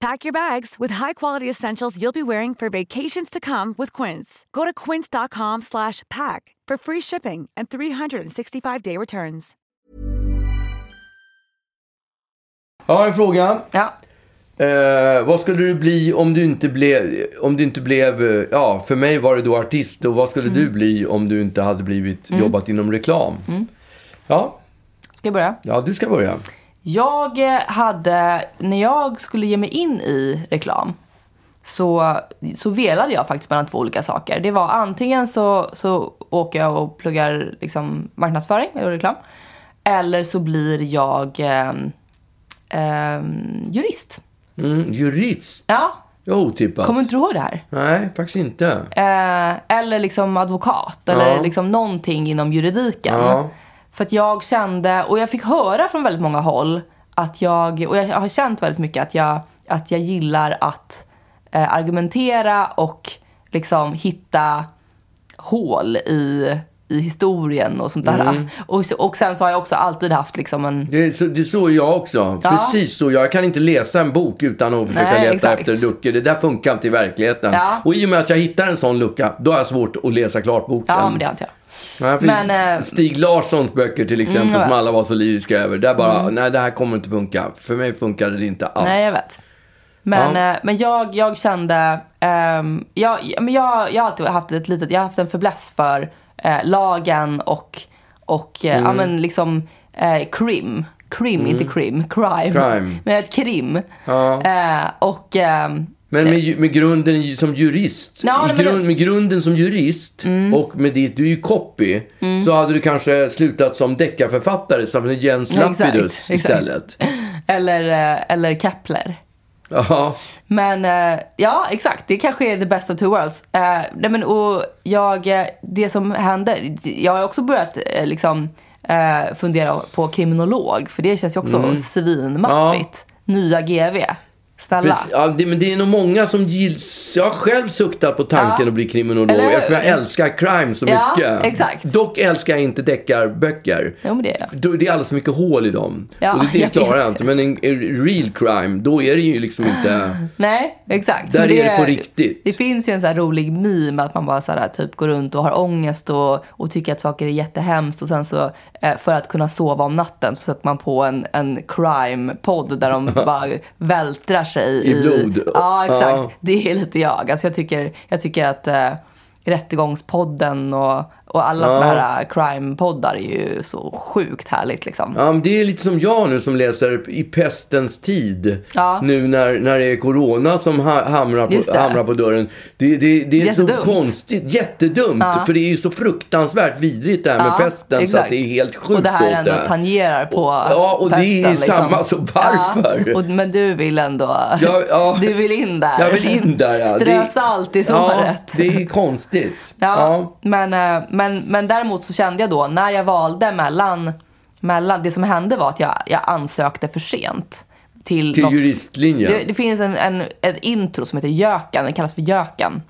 S3: Pack your bags with high-quality essentials you'll be wearing for vacations to come with Quince. Go to quince.com slash pack for free shipping and 365-day returns.
S2: Jag har en fråga.
S1: Ja.
S2: Eh, vad skulle du bli om du inte blev, om du inte blev, eh, ja för mig var det då artist och vad skulle
S1: Mm.
S2: du bli om du inte hade blivit jobbat inom reklam? Ja,
S1: Ska jag börja?
S2: ja, du ska börja.
S1: Jag eh, hade, när jag skulle ge mig in i reklam så, så velade jag faktiskt mellan två olika saker. Det var antingen så, så åker jag och pluggar liksom marknadsföring eller reklam. Eller så blir jag ehm, ehm, jurist.
S2: Mm, jurist?
S1: Ja,
S2: Det var otippat.
S1: kommer inte du ihåg det här?
S2: Nej, faktiskt inte.
S1: Eh, eller liksom advokat eller liksom någonting inom juridiken.
S2: Ja.
S1: För att jag kände, och jag fick höra från väldigt många håll att jag, och jag har känt väldigt mycket att jag, att jag gillar att eh, argumentera och liksom hitta hål i, i historien och sånt där. Och, så- och sen så har jag också alltid haft liksom en
S2: Det är, så, det är så jag också.
S1: Ja.
S2: Precis så. Jag kan inte läsa en bok utan att försöka
S1: Nej,
S2: leta
S1: exakt.
S2: efter luckor. Det där funkar inte i verkligheten.
S1: Ja.
S2: Och i och med att jag hittar en sån lucka, då har jag svårt att läsa klart boken.
S1: Ja, men det har inte jag.
S2: Nej, för
S1: Men, eh, Mm,
S2: Stig Larssons böcker till exempel,
S1: jag
S2: som
S1: vet. Mm.
S2: alla var så lyriska över. Där bara, nej det här kommer inte funka. För mig funkade det inte alls.
S1: Nej, jag vet. Men,
S2: Ja.
S1: eh, men jag, jag kände... ehm, jag, men jag, jag har alltid haft ett litet... Jag har haft en fäbless för eh, lagen och, och eh, ja,
S2: Mm.
S1: men liksom eh, krim. Krim, inte krim. Crime.
S2: Crime.
S1: Men ett krim. Eh, och... ehm,
S2: Men med, ju- med grunden ju- som jurist,
S1: Ja,
S2: i
S1: nej, men
S2: grund,
S1: det- Mm.
S2: med grunden som jurist och med ditt, du är ju copy, så hade du kanske slutat som deckarförfattare som Jens
S1: Exakt,
S2: Lapidus
S1: exakt.
S2: istället.
S1: eller, eh, eller Kepler.
S2: Ja.
S1: Men eh, ja, exakt. Det kanske är the best of two worlds. Eh, nej men, och jag, eh, det som händer, jag har också börjat eh, liksom, eh, fundera på kriminolog. För det känns ju också
S2: Mm.
S1: svinmaffigt. Nya GV. Snälla.
S2: Precis, ja, det, men det är nog många som gills. Jag har själv suktat på tanken
S1: Ja.
S2: att bli kriminolog.
S1: Eller hur?
S2: För jag älskar crime så
S1: Ja,
S2: mycket.
S1: exakt.
S2: Dock älskar jag inte deckarböcker.
S1: Jo, men det är jag.
S2: Då- Det är alldeles för mycket hål i dem.
S1: Ja,
S2: och det, det
S1: jag
S2: klarar jag
S1: vet.
S2: inte. Men en, en real crime, då är det ju liksom inte...
S1: Nej, exakt.
S2: Där
S1: Ah, Men
S2: är det på riktigt.
S1: Det finns ju en så här rolig meme att man bara så här, typ går runt och har ångest och, och tycker att saker är jättehemskt. Och sen så eh, för att kunna sova om natten så sätter man på en, en crime-podd där de bara vältrar sig
S2: I blod.
S1: Ja, exakt.
S2: Ja.
S1: Det är lite jag. Alltså, jag, tycker, jag tycker att eh, Rättegångspodden och, och alla såna här eh, crime-poddar är ju så sjukt härligt liksom.
S2: Ja, men det är lite som jag nu som läser i pestens tid.
S1: Ja.
S2: Nu när, när det är corona som ha, hamrar,
S1: Just
S2: på,
S1: det.
S2: hamrar på dörren. Det, det, det är så
S1: Jättedumt.
S2: konstigt. Jättedumt. För det är ju så fruktansvärt vidrigt det här med
S1: Ja,
S2: pesten. Så
S1: exakt.
S2: att det är helt sjukt
S1: Och det här
S2: åt
S1: ändå tangerar på
S2: Ja, och det är
S1: festen, liksom.
S2: samma, så varför?
S1: Ja, och, men du vill ändå...
S2: Ja, ja.
S1: Du vill in där.
S2: Jag vill in där. Ja.
S1: Strö salt i
S2: Ja,
S1: såret.
S2: det är konstigt.
S1: Ja,
S2: Ja.
S1: Men, eh, men, men däremot så kände jag då, när jag valde mellan... mellan det som hände var att jag, jag ansökte för sent. Till,
S2: Till
S1: något-
S2: juristlinjen.
S1: Det, det finns en, en, ett intro som heter Jöken, den kallas för Jöken.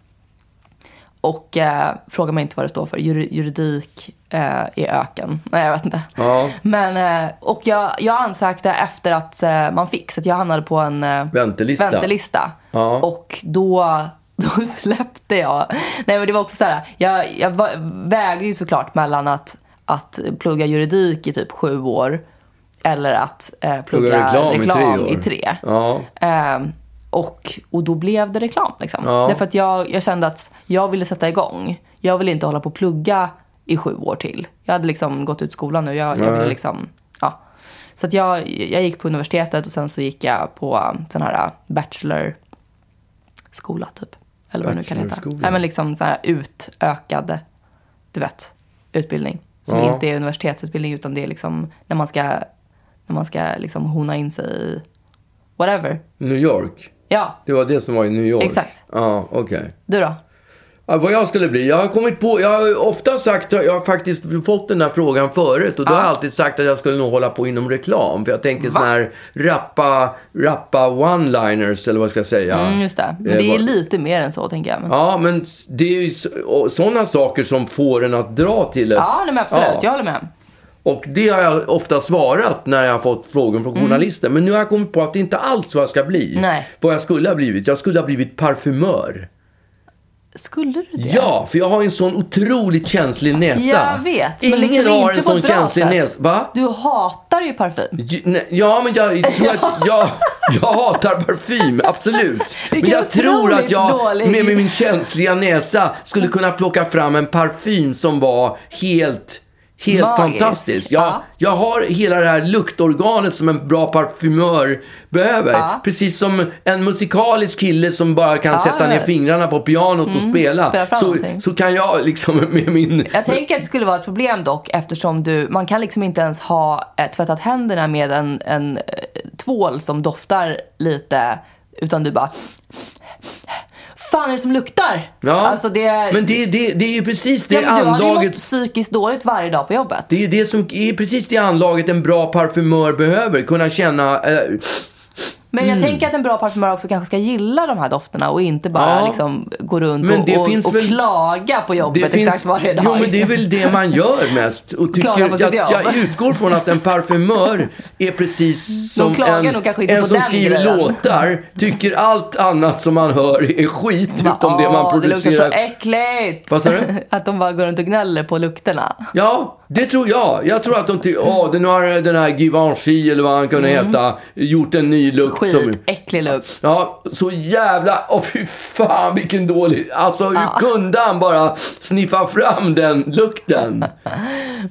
S1: Och eh, fråga mig inte vad det står för. Jur, juridik eh, i öken. Nej, jag vet inte.
S2: Ja.
S1: Men, eh, och jag, jag ansökte efter att eh, man fick, så att jag hamnade på en eh,
S2: Väntelista.
S1: väntelista.
S2: Ja.
S1: Och då, då släppte jag. Nej, men det var också så här, jag, jag va- vägde ju såklart mellan att, att plugga juridik i typ sju år eller att eh, plugga, reklam, i tre.
S2: år. Ja.
S1: Ehm, och, och då blev det reklam. Liksom.
S2: Ja.
S1: Därför att jag, jag kände att jag ville sätta igång. Jag ville inte hålla på och plugga i sju år till. Jag hade liksom gått ut skolan nu. Jag, jag ville liksom, ja. Så att jag, jag gick på universitetet och sen så gick jag på um, sån här uh, bachelorskola typ. Eller vad det nu kan heta.
S2: Bachelorskola.
S1: Nej, men liksom sån här utökad, du vet, utbildning. Som
S2: Ja.
S1: inte är universitetsutbildning utan det är liksom när man ska, när man ska liksom hona in sig i whatever.
S2: New York.
S1: Ja,
S2: Det var det som var i New York.
S1: Exakt.
S2: Ja, okej.
S1: du då?
S2: Ja, vad jag skulle bli? Jag har kommit på, jag har ofta sagt, jag har faktiskt fått den här frågan förut och då har jag alltid sagt att jag skulle nog hålla på inom reklam. För jag tänker sådana här rappa, rappa one-liners eller vad ska jag säga.
S1: Mm, just det. Men
S2: Eh,
S1: det är
S2: vad-
S1: lite mer än så tänker jag. Men... Ja,
S2: Ja, men det är ju sådana saker som får en att dra till ett...
S1: nej, men absolut.
S2: Ja.
S1: Jag håller med.
S2: Och det har jag ofta svarat när jag har fått frågor från journalister. Men nu har jag kommit på att det inte alls vad jag ska bli.
S1: Mm. Nej.
S2: Vad jag skulle ha blivit. Jag skulle ha blivit parfymör.
S1: Skulle du det?
S2: Ja, för jag har en sån otroligt känslig näsa.
S1: Jag vet.
S2: Ingen
S1: men liksom
S2: har
S1: inte
S2: en
S1: på
S2: sån
S1: ett bra
S2: känslig
S1: sätt.
S2: näsa. Va?
S1: Du hatar ju parfym.
S2: J- nej, Ja, men jag tror att jag, jag hatar parfym, absolut. Men
S1: Vilken
S2: jag tror att
S1: otroligt
S2: jag
S1: dålig-
S2: med, med min känsliga näsa skulle kunna plocka fram en parfym som var helt, helt
S1: Magisk.
S2: fantastisk. Jag,
S1: Ja.
S2: jag har hela det här luktorganet som en bra parfymör behöver.
S1: Ja.
S2: Precis som en musikalisk kille som bara kan sätta
S1: jag
S2: ner
S1: vet.
S2: fingrarna på pianot och
S1: spela
S2: spela.
S1: fram
S2: Så,
S1: någonting.
S2: så kan jag liksom med min...
S1: Jag tänker att det skulle vara ett problem dock eftersom du, man kan liksom inte ens ha eh, tvättat händerna med en, en eh, tvål som doftar lite utan du bara Fan är det som luktar?
S2: Ja,
S1: Alltså det,
S2: men det, det, det är ju precis det
S1: ja, men du hade ju mått
S2: anlaget
S1: psykiskt dåligt varje dag på jobbet.
S2: Det är det som är precis det anlaget en bra parfymör behöver. Kunna känna... Eh,
S1: Men
S2: Mm.
S1: jag tänker att en bra parfymör också kanske ska gilla de här dofterna och inte bara
S2: Ja.
S1: liksom gå runt
S2: Men
S1: och,
S2: det
S1: och,
S2: finns
S1: och
S2: väl-
S1: klaga på jobbet exakt varje dag.
S2: Jo, men det är väl det man gör mest. Och
S1: Klagar
S2: tycker,
S1: på
S2: jag,
S1: sitt jobb.
S2: jag utgår från att en parfymör är precis som
S1: klagar
S2: en,
S1: nog kanske inte
S2: en
S1: på
S2: som
S1: den
S2: skriver
S1: grejen.
S2: låtar. Tycker allt annat som man hör är skit,
S1: Bara,
S2: utom det man
S1: "Åh, Det
S2: producerar.
S1: luktar så äckligt!
S2: Vad sa du?
S1: att de bara går runt och gnäller på lukterna.
S2: Ja, det tror jag. Jag tror att de tycker, åh, nu har den här Givenchy eller vad han kunde
S1: Mm.
S2: heta, gjort en ny look. Som,
S1: Skitäcklig lukt.
S2: Ja, så jävla... Åh fy fan vilken dålig... Alltså hur kunde han bara sniffa fram den lukten?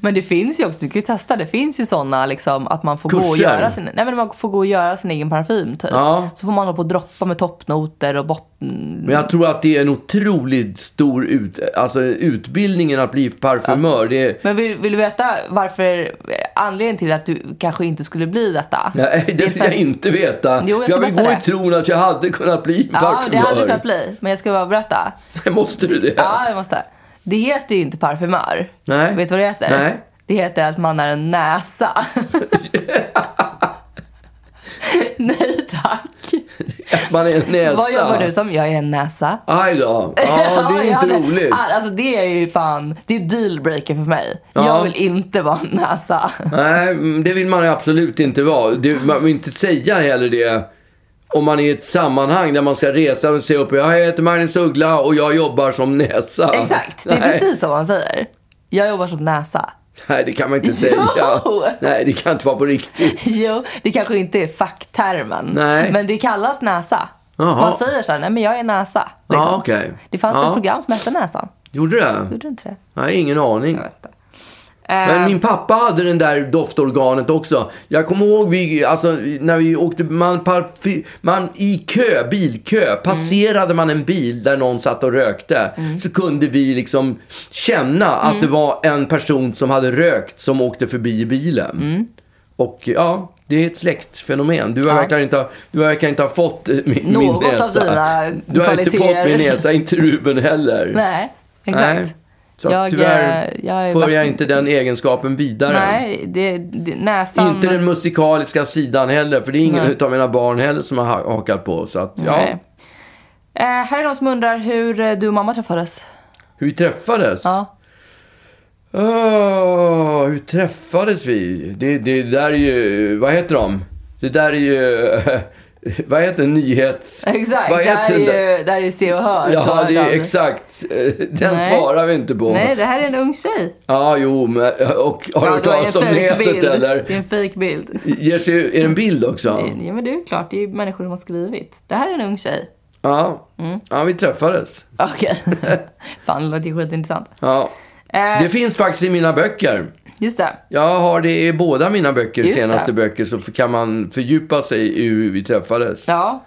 S1: Men det finns ju också, du kan ju testa, det finns ju sådana liksom att man får gå och
S2: Kurser.
S1: göra sin, nej men man får gå och göra sin egen parfym typ.
S2: Ja.
S1: Så får man hålla på och droppa med toppnoter och bot,
S2: Men jag tror att det är en otroligt stor ut, alltså utbildningen att bli parfymör.
S1: Alltså-
S2: det är,
S1: Men vill, vill du veta varför eh, anledningen till att du kanske inte skulle bli detta?
S2: nej,
S1: Det
S2: det
S1: är
S2: vill
S1: för-
S2: jag inte veta.
S1: Jo, jag
S2: För jag
S1: ska
S2: vill gå
S1: berätta
S2: i
S1: det.
S2: tron att jag hade kunnat bli
S1: Ja, det hade du kunnat
S2: parfymör.
S1: bli. Men jag ska bara berätta.
S2: Måste du det?
S1: Ja, jag måste. Det heter ju inte parfymör.
S2: Nej.
S1: Vet du vad det heter?
S2: Nej.
S1: Det heter att man är en näsa. Nej tack.
S2: Att man är en näsa.
S1: Vad jobbar du som? Jag är en näsa.
S2: Aj då. Ja, det är
S1: jag
S2: inte
S1: hade-
S2: roligt.
S1: Ah, Alltså det är ju fan, det är dealbreaker för mig.
S2: Ja.
S1: Jag vill inte vara en näsa.
S2: Nej, mm, det vill man absolut inte vara. Det, man vill inte säga heller det om man är i ett sammanhang där man ska resa och se upp. Jag heter Magnus Uggla och jag jobbar som näsa.
S1: Exakt, det är
S2: Nej.
S1: precis som man säger. Jag jobbar som näsa.
S2: Nej, det kan man inte
S1: Jo!
S2: säga. Nej, det kan inte vara på riktigt.
S1: Jo, det kanske inte är facktermen.
S2: Nej.
S1: Men det kallas näsa.
S2: Jaha.
S1: Man säger så här, nej men jag är näsa. liksom.
S2: Ja, okej.
S1: Det fanns
S2: Ja.
S1: ett program som hette Näsan.
S2: Gjorde det?
S1: Gjorde det inte det?
S2: Jag har ingen aning.
S1: Jag vet inte. Ehm.
S2: Men min pappa hade den där doftorganet också. Jag kommer ihåg vi, alltså, när vi åkte, man, parfy, man i kö,
S1: Mm.
S2: bilkö, passerade man en bil där någon satt och rökte. Så kunde vi liksom känna att
S1: Mm.
S2: det var en person som hade rökt som åkte förbi i bilen.
S1: Mm.
S2: Och ja, det är ett släktfenomen. Du, har verkligen inte, ha- du verkar inte ha fått eh, min, min
S1: Något av
S2: näsa.
S1: dina
S2: du har inte fått
S1: kvaliteter.
S2: min näsa, inte Ruben heller.
S1: Nej, exakt.
S2: Nej. Så
S1: Jag,
S2: tyvärr
S1: eh, jag är
S2: för jag
S1: vatten-
S2: inte den egenskapen vidare.
S1: Nej, det, det, näsan...
S2: Inte den musikaliska sidan heller, för det är ingen utav mina barn heller som har ha- hakat på. Så att, ja,
S1: Nej. Eh, här är någon som undrar hur eh, du och mamma träffades.
S2: hur vi träffades?
S1: Ja.
S2: Åh, hur träffades vi? Det, det där är ju, vad heter de? Det där är ju, vad heter nyhets...
S1: Exakt,
S2: vad
S1: där
S2: heter den där?
S1: är, ju, där är Se och Hör. så
S2: Ja,
S1: har
S2: det
S1: de-
S2: är exakt. Eh, Den
S1: Nej.
S2: svarar vi inte på.
S1: Nej, det här är en ung tjej.
S2: Ja, jo, men, eh, och har du
S1: Ja, det
S2: hört
S1: var en
S2: talas om
S1: fake
S2: nätet
S1: bild.
S2: eller?
S1: Det är en fejkbild.
S2: Ger sig, är det en bild också?
S1: Ja, men det är ju klart. Det är ju människor som har skrivit. Det här är en ung tjej.
S2: Ja,
S1: Mm.
S2: ja vi träffades.
S1: Okej. Fan, det låter ju skitintressant.
S2: Ja.
S1: Eh,
S2: Det finns faktiskt i mina böcker.
S1: Just det.
S2: Jag har det i båda mina böcker,
S1: Just det.
S2: senaste böcker, så kan man fördjupa sig i hur vi träffades.
S1: Ja,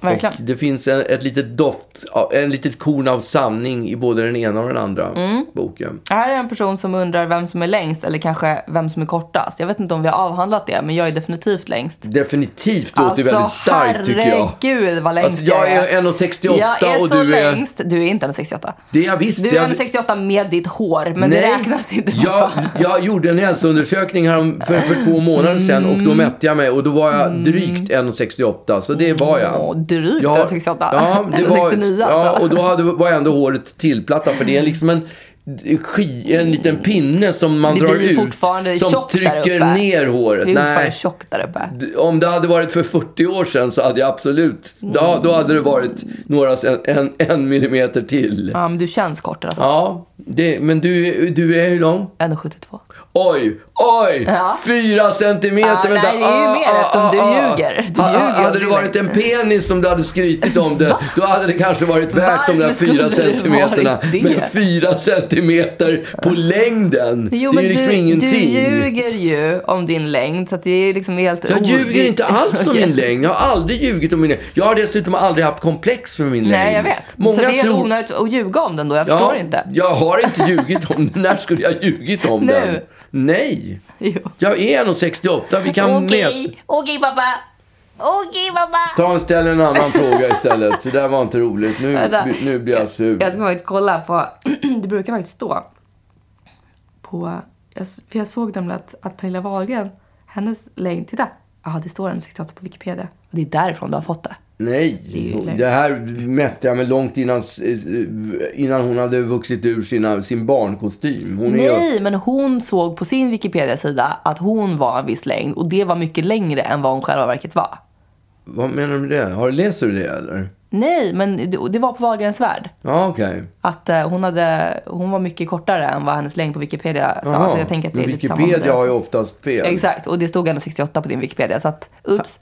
S2: Och
S1: verkligen.
S2: det finns en, ett litet doft, en litet korn av sanning i både den ena och den andra
S1: Mm.
S2: boken.
S1: Här är en person som undrar vem som är längst eller kanske vem som är kortast. Jag vet inte om vi har avhandlat det, men jag är definitivt längst.
S2: Definitivt låter väldigt starkt tycker jag.
S1: Alltså, herregud vad längst
S2: Alltså, jag är 1,68
S1: Jag är
S2: och
S1: så
S2: du är-
S1: längst. Du är inte 1,68.
S2: Det är jag visst.
S1: Du
S2: jag-
S1: är 1,68 med ditt hår, men det räknas inte.
S2: Jag, jag gjorde en hälsoundersökning här för, för två månader sedan och då mätte jag mig och då var
S1: Mm.
S2: jag drygt 1,68 så det var jag.
S1: Åh, drygt
S2: Jag-
S1: 1,68.
S2: Ja, det var,
S1: 1,69
S2: ja
S1: alltså.
S2: och då hade, var ändå håret tillplattat för det är liksom en ski, en liten pinne som man
S1: Det
S2: drar
S1: blir ju
S2: ut
S1: fortfarande
S2: som
S1: tjockt där
S2: trycker
S1: uppe.
S2: ner håret.
S1: Det är ungefär
S2: Nej.
S1: tjockt där uppe.
S2: D- Om det hade varit för 40 år sedan så hade jag absolut, ja,
S1: Mm.
S2: då hade det varit några, en, en, en millimeter till.
S1: Ja, men du känns kort i alla fall.
S2: Ja, det, men du, du är hur lång?
S1: 1,72.
S2: Oj, oj!
S1: Ja.
S2: Fyra centimeter!
S1: Ja,
S2: vänta. Ah,
S1: nej, det är ju mer eftersom du ljuger. Du ljuger om
S2: hade det
S1: din
S2: varit en penis som du hade skrytit om det, då hade det kanske varit värt de där
S1: Varför skulle
S2: fyra
S1: det
S2: centimeterna.
S1: varit det?
S2: Men fyra centimeter på längden,
S1: Jo,
S2: det är
S1: men
S2: ju liksom
S1: du, du
S2: ingenting.
S1: ljuger ju om din längd, så att det är liksom helt...
S2: Jag
S1: o-
S2: ljuger
S1: det-
S2: inte alls om
S1: Okej.
S2: min längd. Jag har aldrig ljugit om min längd. Jag har dessutom aldrig haft komplex för min längd.
S1: Nej, jag vet. så det är helt onödigt att ljuga om den då. Jag förstår inte.
S2: Jag har inte ljugit om den. När skulle jag ha ljugit om
S1: Nu.
S2: den? Nej.
S1: Jo.
S2: Jag är 1,68. Vi kan mäta.
S1: Okej, okej pappa. Okej pappa.
S2: Ta en ställ en annan fråga istället. Det där var inte roligt. Nu,
S1: Vänta.
S2: nu blir jag
S1: Jag
S2: sur.
S1: ska faktiskt kolla på, det brukar faktiskt stå på, jag, för jag såg nämligen att, att Pernilla Wahlgren, hennes längd, titta. Ja, det står 168 på Wikipedia. Och det är därifrån du har fått det. är ju
S2: Nej,
S1: lätt.
S2: det här mätte jag mig långt innan, eh, innan hon hade vuxit ur sina, sin barnkostym. Hon är ju...
S1: Nej, men hon såg på sin Wikipedia-sida att hon var en viss längd och det var mycket längre än vad hon själva verket var.
S2: Vad menar du med det? Har, läser du det eller?
S1: Nej, men det, det var på Wahlgrens värld.
S2: Ja, okej. Okay.
S1: Att eh, hon, hade, hon var mycket kortare än vad hennes längd på Wikipedia sa. Så jag tänker att det är lite samma med det
S2: Wikipedia har ju
S1: också.
S2: oftast fel.
S1: Exakt, och det stod 168 på din Wikipedia. Så att, ups.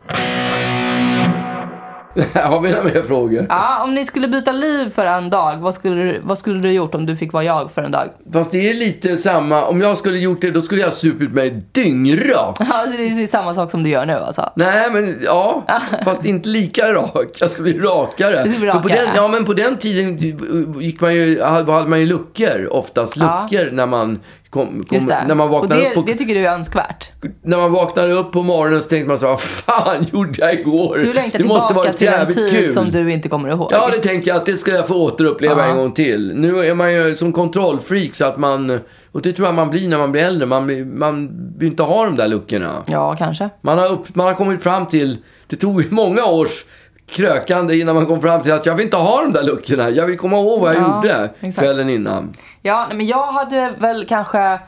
S2: Har vi några mer frågor?
S1: Ja, om ni skulle byta liv för en dag, vad skulle, du, vad skulle du gjort om du fick vara jag för en dag?
S2: Fast det är lite samma. Om jag skulle gjort det, då skulle jag supit mig dyngrak.
S1: Alltså det är ju samma sak som du gör nu alltså.
S2: Nej, men ja, fast inte lika rak. Jag skulle bli rakare.
S1: Ah. Du skulle bli
S2: För På
S1: rakare.
S2: den, ja, men på den tiden gick man ju, hade man ju luckor, oftast
S1: Ja.
S2: luckor, när man kom, kom,
S1: Just det.
S2: när man vaknade
S1: och
S2: upp
S1: det,
S2: på,
S1: det tycker du är önskvärt.
S2: när man vaknade upp på morgonen så tänkte man så här, vad fan gjorde jag igår?
S1: Du längtar
S2: det måste
S1: tillbaka
S2: varit
S1: till en
S2: jävligt
S1: tid
S2: kul."
S1: som du inte kommer ihåg.
S2: Ja, det tänker jag att det ska jag få återuppleva en gång till. Nu är man ju som kontrollfreak så att man, och det tror jag man blir när man blir äldre, man, blir- man vill inte ha de där luckorna.
S1: Ja, kanske.
S2: Man har, upp, man har kommit fram till, det tog ju många års krökande innan man kom fram till att jag vill inte ha de där luckorna. Jag vill komma ihåg vad jag
S1: Ja,
S2: gjorde
S1: exakt.
S2: kvällen innan.
S1: Ja, nej, men jag hade väl kanske...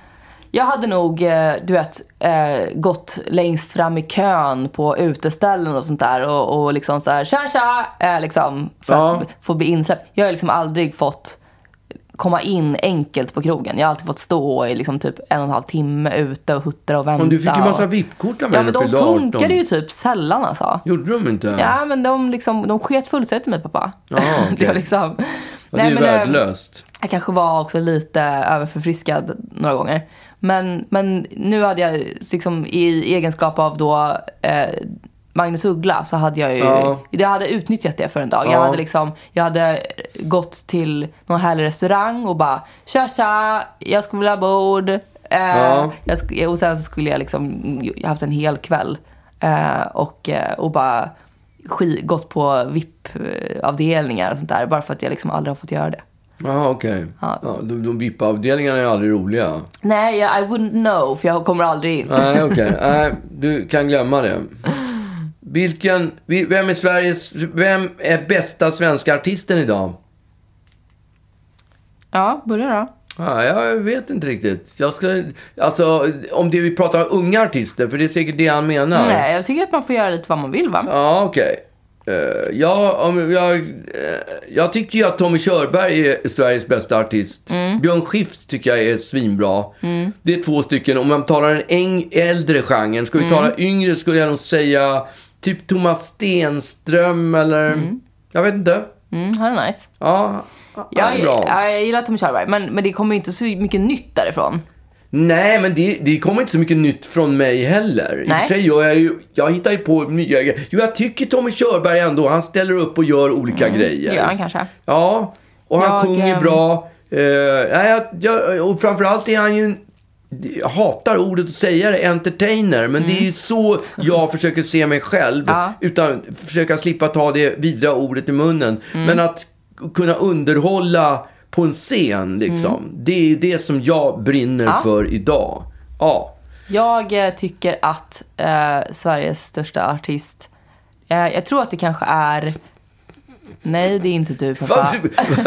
S1: Jag hade nog, eh, du vet, eh, gått längst fram i kön på uteställen och sånt där och, och liksom så här, tja tja, eh, liksom, för
S2: Ja.
S1: att b- få bli insläppt. Jag har liksom aldrig fått komma in enkelt på krogen. Jag har alltid fått stå i liksom typ en och en halv timme ute och huttra och vänta.
S2: Men du fick ju massa
S1: och...
S2: VIP-kort av mig
S1: Ja,
S2: när
S1: men
S2: du
S1: de
S2: fyllde 18.
S1: funkade ju typ sällan alltså.
S2: Gjorde de inte?
S1: Ja, men de, liksom, de sket fullständigt i mig pappa.
S2: Ja, okej.
S1: det var liksom...
S2: Ja, det är ju
S1: eh,
S2: värdelöst.
S1: jag kanske var också lite överförfriskad några gånger. Men, men nu hade jag liksom i egenskap av då eh, Magnus Uggla så hade jag ju,
S2: Ja.
S1: jag hade utnyttjat det för en dag.
S2: Ja.
S1: Jag hade liksom, jag hade gått till någon härlig restaurang och bara tja tja, jag skulle vilja ha bord. Eh,
S2: Ja.
S1: jag sk- och sen så skulle jag liksom jag haft en hel kväll eh, och, eh, och bara ski- gått på VIP-avdelningar eh, och sånt där. Bara för att jag liksom aldrig har fått göra det.
S2: Jaha, okej.
S1: Ja.
S2: Ja, de de VIP-avdelningarna är aldrig roliga.
S1: Nej, jag, I wouldn't know för jag kommer aldrig in.
S2: Nej, okej. Nej, du kan glömma det. Vilken, vi- vem är Sveriges, vem är bästa svenska artisten idag?
S1: Ja, börja då.
S2: Ja, jag vet inte riktigt. Jag ska, alltså, om det vi pratar om unga artister, för det är säkert det han menar.
S1: Nej, jag tycker att man får göra lite vad man vill va?
S2: Ja, okej. Eh, ja, om jag, eh, jag tycker ju att Tommy Körberg är Sveriges bästa artist. Björn Skifs tycker jag är svinbra. Det är två stycken. Om man talar den äng, äldre genren. Ska vi tala yngre skulle jag nog säga typ Thomas Stenström eller... Jag vet inte.
S1: Mm, han är nice.
S2: Ja, han
S1: Jag,
S2: är bra.
S1: ja, jag gillar Tommy Körberg men, men det kommer ju inte så mycket nytt därifrån.
S2: Nej, men det, det kommer inte så mycket nytt från mig heller. I och
S1: Nej.
S2: för sig gör jag ju, jag hittar ju på nya grejer. Jo, jag tycker Tommy Körberg ändå, han ställer upp och gör olika grejer.
S1: Mm, Det gör han kanske.
S2: Ja, och han
S1: Jag,
S2: sjunger
S1: ehm,
S2: bra. Eh, nej, jag, jag, och framförallt är han ju, en- jag hatar ordet att säga det, entertainer. Men det är ju så jag försöker se mig själv.
S1: Mm. Ja.
S2: Utan försöka slippa ta det vidra ordet i munnen.
S1: Mm.
S2: Men att kunna underhålla på en scen, liksom.
S1: Mm.
S2: Det är det som jag brinner för idag. Ja.
S1: Jag eh, tycker att eh, Sveriges största artist, eh, jag tror att det kanske är... Nej, det är inte du pappa.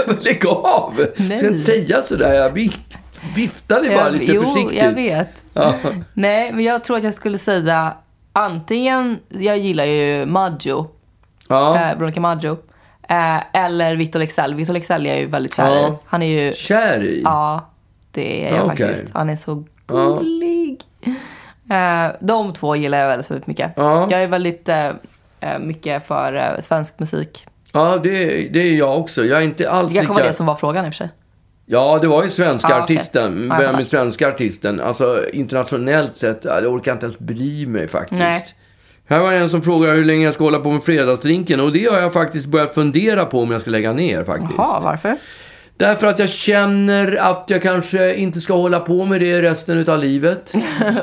S2: Vad- Lägg av!
S1: Nej.
S2: Ska inte säga sådär. Jag vif- viftade bara lite
S1: jo,
S2: försiktigt.
S1: jag vet. Nej, men jag tror att jag skulle säga antingen, jag gillar ju Maggio.
S2: Ja.
S1: eh, Veronica Maggio. Eh, eller Victor Leksell. Victor Leksell är jag ju väldigt kär
S2: Ja.
S1: i. Han är ju...
S2: Kär i?
S1: Ja, det är jag
S2: Okej.
S1: faktiskt. Han är så gullig. Eh, de två gillar jag väldigt, väldigt mycket.
S2: Ja.
S1: Jag är väldigt eh, eh, mycket för eh, svensk musik.
S2: Ja, det, det är jag också. Jag är inte alls
S1: Det kanske var
S2: lika...
S1: det som var frågan i och för sig.
S2: Ja, det var ju svenska
S1: Ja, okej. Ja,
S2: artisten.
S1: jag
S2: Vem är
S1: fattar.
S2: svenska artisten? Alltså internationellt sett, ja, jag orkar inte ens bry mig faktiskt.
S1: Nej.
S2: Här var en som frågade hur länge jag ska hålla på med fredagsdrinken och det har jag faktiskt börjat fundera på om jag ska lägga ner faktiskt.
S1: Jaha, varför?
S2: Därför att jag känner att jag kanske inte ska hålla på med det resten av livet.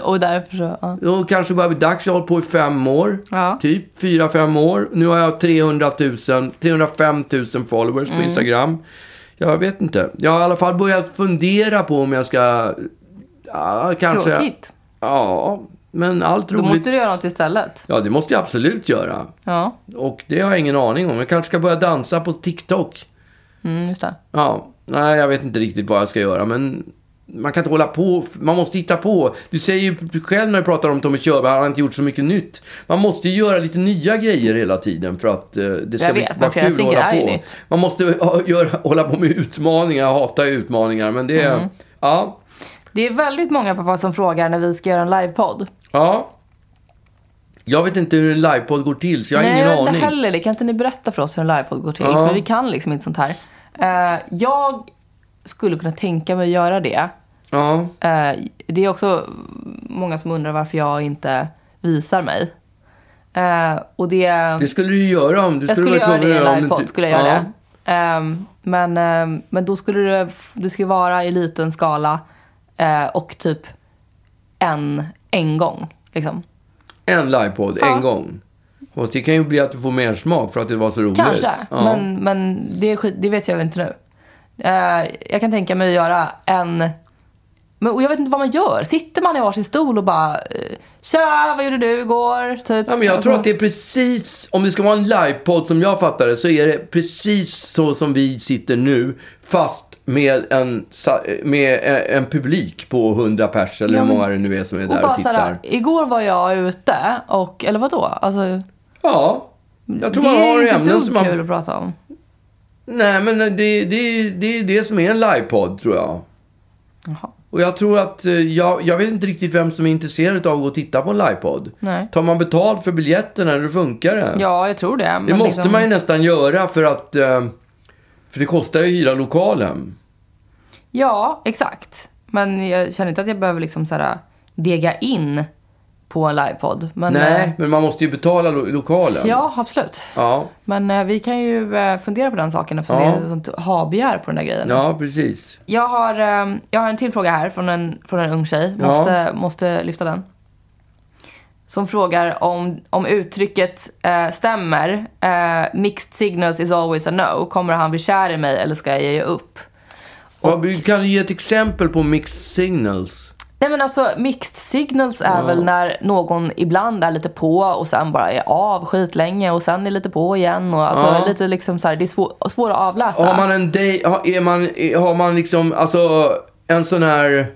S1: Och därför så, ja.
S2: Då kanske bara blir dags. Jag har hållit på i fem år.
S1: Ja.
S2: Typ fyra, fem år. Nu har jag 300 000, 305 000 followers
S1: Mm.
S2: på Instagram. Jag vet inte. Jag har i alla fall börjat fundera på om jag ska... Ja, kanske...
S1: Tråkigt.
S2: Ja, men allt
S1: Då
S2: roligt.
S1: måste du göra något istället.
S2: Ja, det måste jag absolut göra.
S1: Ja,
S2: Och det har jag ingen aning om. Jag kanske ska börja dansa på TikTok.
S1: mm, just det.
S2: Ja, nej, jag vet inte riktigt vad jag ska göra, men man kan inte hålla på. Man måste hitta på. Du säger ju själv när du pratar om Tommy Körberg, han har inte gjort så mycket nytt. Man måste ju göra lite nya grejer hela tiden för att eh, det ska
S1: Jag
S2: bli,
S1: vet, men
S2: vara kul
S1: flera
S2: att
S1: singlar
S2: hålla
S1: är ju
S2: på.
S1: nytt.
S2: Man måste ha- göra, hålla på med utmaningar. Jag hatar ju utmaningar, men det
S1: Mm.
S2: är... Ja,
S1: Det är väldigt många pappa som frågar när vi ska göra en livepodd.
S2: ja. Jag vet inte hur en livepodd går till, så jag har
S1: Nej,
S2: ingen
S1: jag vet
S2: aning.
S1: inte heller det. Kan inte ni berätta för oss hur en livepodd går till?
S2: Ja.
S1: För vi kan liksom inte sånt här. Eh, jag skulle kunna tänka mig att göra det.
S2: Ja.
S1: Eh, det är också många som undrar varför jag inte visar mig. Eh, och det...
S2: Det skulle du ju göra om du
S1: jag skulle
S2: vara
S1: göra
S2: tvungen
S1: det i
S2: att
S1: en
S2: om du
S1: livepodd.
S2: inte-
S1: Skulle jag göra
S2: ja.
S1: det. Ehm, men, ehm, men då skulle det, det skulle vara i liten skala eh, och typ en, en gång. Liksom.
S2: En livepodd,
S1: Ja.
S2: en gång. Och det kan ju bli att du får mer smak för att det var så roligt.
S1: Kanske,
S2: Ja.
S1: men, men det, är skit, det vet jag inte nu. Eh, jag kan tänka mig att göra en... Men, och jag vet inte vad man gör. Sitter man i varsin stol och bara eh, “Tja, vad gjorde du igår?” typ.
S2: Ja, men jag tror att det är precis, om det ska vara en livepodd som jag fattar det, så är det precis så som vi sitter nu, fast med en, sa- med en- en publik på 100 pers eller hur många det nu är som är
S1: och
S2: där
S1: bara
S2: och tittar.
S1: såhär, igår var jag ute och, eller vadå? Alltså,
S2: Ja, jag tror
S1: det
S2: man
S1: är
S2: har
S1: inte ett
S2: ämnen
S1: dugg
S2: som
S1: kul
S2: man...
S1: att prata om.
S2: Nej, men det, det, det är det som är en livepodd tror jag.
S1: Jaha.
S2: Och jag tror att, eh, jag, jag vet inte riktigt vem som är intresserad av att gå och titta på en livepodd.
S1: Nej.
S2: Tar man betalt för biljetterna eller hur funkar det?
S1: Ja, jag tror det. liksom-
S2: Det måste man ju nästan göra för att, eh, för det kostar ju att hyra lokalen.
S1: Ja, exakt. Men jag känner inte att jag behöver liksom såhär, dega in på en livepodd. Men,
S2: Nej,
S1: eh,
S2: men man måste ju betala lo- lokalen.
S1: Ja, absolut.
S2: Ja,
S1: Men eh, vi kan ju eh, fundera på den saken eftersom
S2: Ja.
S1: det är sånt habegär på den där grejen.
S2: ja precis.
S1: Jag, har, eh, jag har en till fråga här från en, från en ung tjej.
S2: Ja.
S1: Måste, måste lyfta den. Som frågar om, om uttrycket eh, stämmer. Eh, mixed signals is always a no. Kommer han bli kär i mig eller ska jag ge upp?
S2: Och... Kan du ge ett exempel på mixed signals?
S1: Nej men alltså mixed signals är väl när någon ibland är lite på och sen bara är av skitlänge och sen är lite på igen och alltså
S2: Ja.
S1: lite liksom så här, det är svår, svårt att avläsa.
S2: Har man en day, har, är man, är- har man liksom, alltså en sån här,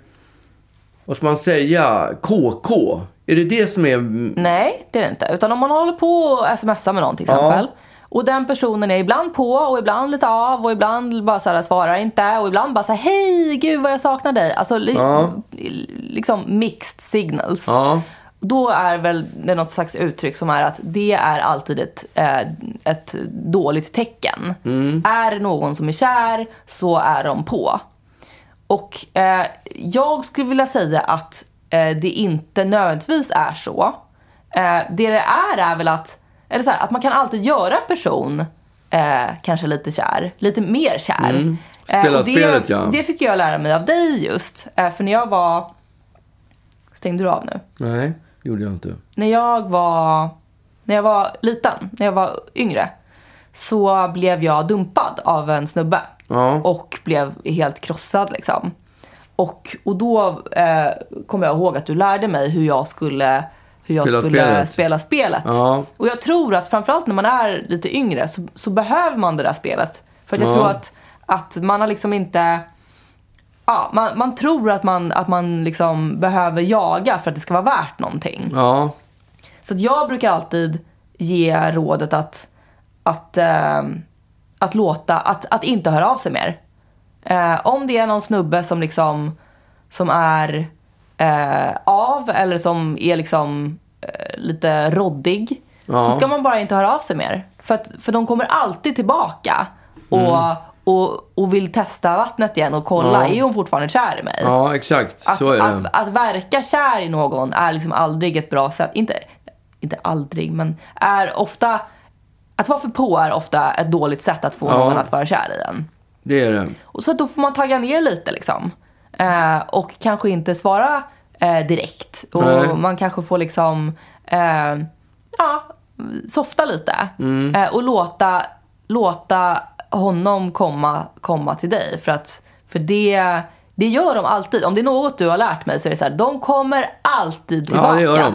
S2: vad ska man säga, KK? Är det det som är...
S1: Nej, det är det inte. Utan om man håller på och smsar med någon till exempel. Och den personen är ibland på och ibland lite av och ibland bara så här, svarar inte och ibland bara så här, hej gud vad jag saknar dig. Alltså li-
S2: Ja.
S1: liksom mixed signals.
S2: Ja.
S1: Då är väl det något slags uttryck som är att det är alltid ett, eh, ett dåligt tecken.
S2: Mm.
S1: Är det någon som är kär så är de på. Och eh, jag skulle vilja säga att eh, det inte nödvändigtvis är så. Eh, det det är är väl att, eller så här, att man kan alltid göra en person eh, kanske lite kär, lite mer kär.
S2: Mm.
S1: Eh,
S2: Spela
S1: och det,
S2: spelet, ja.
S1: Det fick jag lära mig av dig just. Eh, för när jag var, stängde du av nu?
S2: Nej, gjorde jag inte.
S1: när jag var, när jag var liten, när jag var yngre, så blev jag dumpad av en snubbe.
S2: Ja.
S1: Och blev helt krossad liksom. Och, och då eh, kommer jag ihåg att du lärde mig hur jag skulle, hur jag
S2: Spela
S1: skulle
S2: spelet.
S1: spela spelet.
S2: Ja.
S1: Och jag tror att framförallt när man är lite yngre så, så behöver man det där spelet. För att jag
S2: Ja.
S1: tror att, att man har liksom inte... Ja, man, man tror att man, att man liksom behöver jaga för att det ska vara värt någonting.
S2: Ja,
S1: Så att jag brukar alltid ge rådet att, att, ehm, att låta, att, att inte höra av sig mer. Eh, om det är någon snubbe som liksom, som är eh, av eller som är liksom eh, lite roddig. Så
S2: Ja.
S1: ska man bara inte höra av sig mer. För, att, för de kommer alltid tillbaka
S2: Mm.
S1: och, och, och vill testa vattnet igen och kolla, är hon fortfarande kär i mig?
S2: ja exakt.
S1: Att,
S2: så är det.
S1: att, att verka kär i någon är liksom aldrig ett bra sätt. Inte, inte aldrig, men är ofta... Att vara för på är ofta ett dåligt sätt att få
S2: Ja.
S1: någon att vara kär i en.
S2: Det är det.
S1: Och så att då får man tagga ner lite liksom. Eh, och kanske inte svara eh, direkt. Och
S2: Nej.
S1: man kanske får liksom, eh, ja, softa lite.
S2: Mm.
S1: Eh, och låta, låta honom komma, komma till dig. För att, för det, det gör de alltid. Om det är något du har lärt mig så är det så här, de kommer alltid tillbaka.
S2: Ja, det gör de.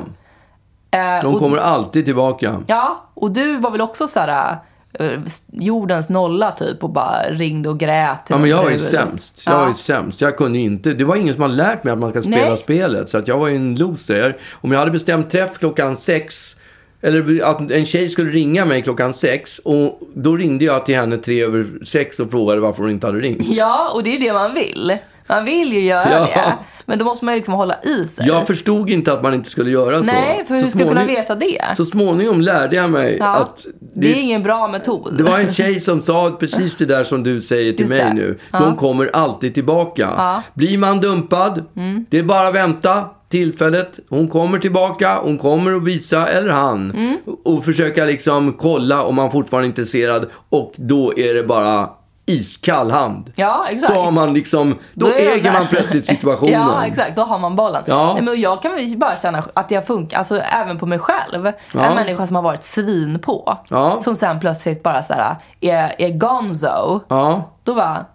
S1: Eh,
S2: De
S1: och-
S2: kommer alltid tillbaka.
S1: Ja, och du var väl också så här eh, jordens nolla typ och bara ringde och grät. till
S2: Ja, men jag
S1: någon
S2: var ju
S1: brud.
S2: sämst. Jag var ju sämst. Jag kunde ju inte. Det var ingen som hade lärt mig att man ska spela
S1: Nej.
S2: spelet. Så att jag var ju en loser. Om jag hade bestämt träff klockan sex, eller att en tjej skulle ringa mig klockan sex, och då ringde jag till henne tre över sex och frågade varför hon inte hade ringt.
S1: Ja, och det är ju det man vill. Man vill ju göra
S2: Ja.
S1: det. Men då måste man ju liksom hålla i sig.
S2: Jag förstod inte att man inte skulle göra så.
S1: Nej, för
S2: så
S1: hur ska du kunna
S2: småning-
S1: veta det?
S2: Så småningom lärde jag mig
S1: ja,
S2: att
S1: det, är ingen bra metod.
S2: Det var en tjej som sa precis det där som du säger till
S1: Just
S2: mig
S1: det.
S2: nu. De kommer alltid tillbaka.
S1: Ja. Mm.
S2: Blir man dumpad, det är bara att vänta tillfället. Hon kommer tillbaka, hon kommer att visa, eller han.
S1: Mm.
S2: Och försöka liksom kolla om man fortfarande är intresserad. Och då är det bara iskall hand.
S1: Ja, exakt.
S2: Så har man liksom, då,
S1: är de
S2: äger
S1: där.
S2: man plötsligt situationen.
S1: ja, exakt. Då har man bollen.
S2: Ja.
S1: Nej, men jag kan väl bara känna att jag funkar, alltså även på mig själv. En människa som har varit svin på.
S2: Ja.
S1: Som sen plötsligt bara såhär, är, är gonzo.
S2: Ja.
S1: Då bara,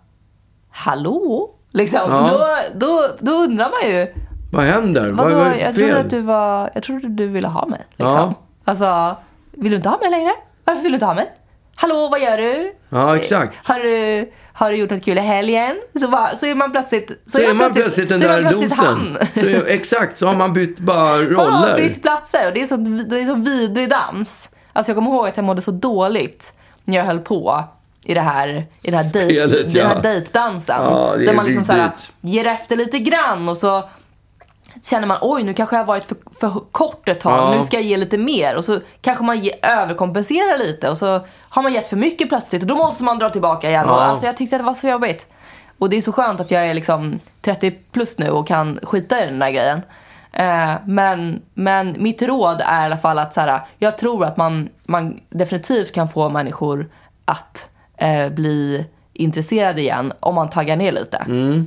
S1: hallå? Liksom, då, då, då undrar man ju.
S2: Vad händer?
S1: Vadå,
S2: vad, vad är det för
S1: jag
S2: fel?
S1: trodde att du var, jag trodde du ville ha mig. Liksom.
S2: Ja.
S1: Alltså, vill du inte ha mig längre? Varför vill du inte ha mig? Hallå, vad gör du?
S2: Ja, exakt.
S1: Har du, har du gjort något kul i helgen? Så, bara, så är man plötsligt,
S2: Så är man plötsligt den
S1: så är
S2: där
S1: man plötsligt
S2: dosen.
S1: han.
S2: Så är, exakt, så har man bytt bara
S1: Man
S2: roller.
S1: har bytt platser och det är så, det är så vidrig dans. Alltså jag kommer ihåg att jag mådde så dåligt när jag höll på i det här, i det här
S2: Spelet,
S1: dejt- i den här
S2: ja.
S1: dejtdansen.
S2: Ja, det är
S1: där man liksom så här,
S2: vidrigt.
S1: ger efter lite grann och så känner man oj nu kanske jag har varit för, för kort ett tag,
S2: Ja.
S1: nu ska jag ge lite mer. Och så kanske man ge, överkompenserar lite och så har man gett för mycket plötsligt och då måste man dra tillbaka igen. Och
S2: Ja.
S1: alltså jag tyckte att det var så jobbigt. Och det är så skönt att jag är liksom 30 plus nu och kan skita i den där grejen. Eh, men, men mitt råd är i alla fall att så här, jag tror att man, man definitivt kan få människor att eh, bli intresserade igen om man taggar ner lite.
S2: Mm.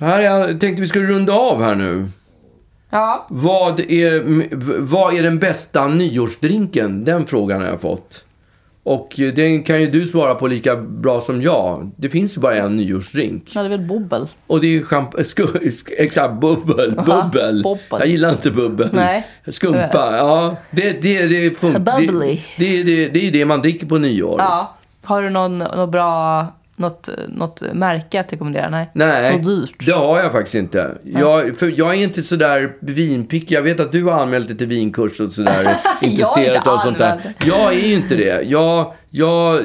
S2: Här, jag tänkte vi skulle runda av här nu.
S1: Ja.
S2: Vad är, vad är den bästa nyårsdrinken? Den frågan har jag fått. Och eh, den kan ju du svara på lika bra som jag. Det finns ju bara en nyårsdrink.
S1: ja, det är väl bobbel.
S2: Och det är ju champ- sku- sk- exakt bubbel.
S1: Aha,
S2: bubbel.
S1: bobbel.
S2: Jag gillar inte bubbel.
S1: Nej.
S2: Skumpa, ja. Det, det, det, fun-
S1: Bubbly.
S2: det, det, det, det är det man dricker på nyår.
S1: Ja. Har du någon, något bra, något, något märke att rekommendera? Nej.
S2: Nej,
S1: Något dyrt?
S2: det har jag faktiskt inte. Jag, för jag är inte sådär vinpick. Jag vet att du har anmält dig till vinkurs och sådär. intresserad
S1: inte
S2: av sånt där.
S1: anmäld.
S2: Jag är ju inte det. Jag, jag,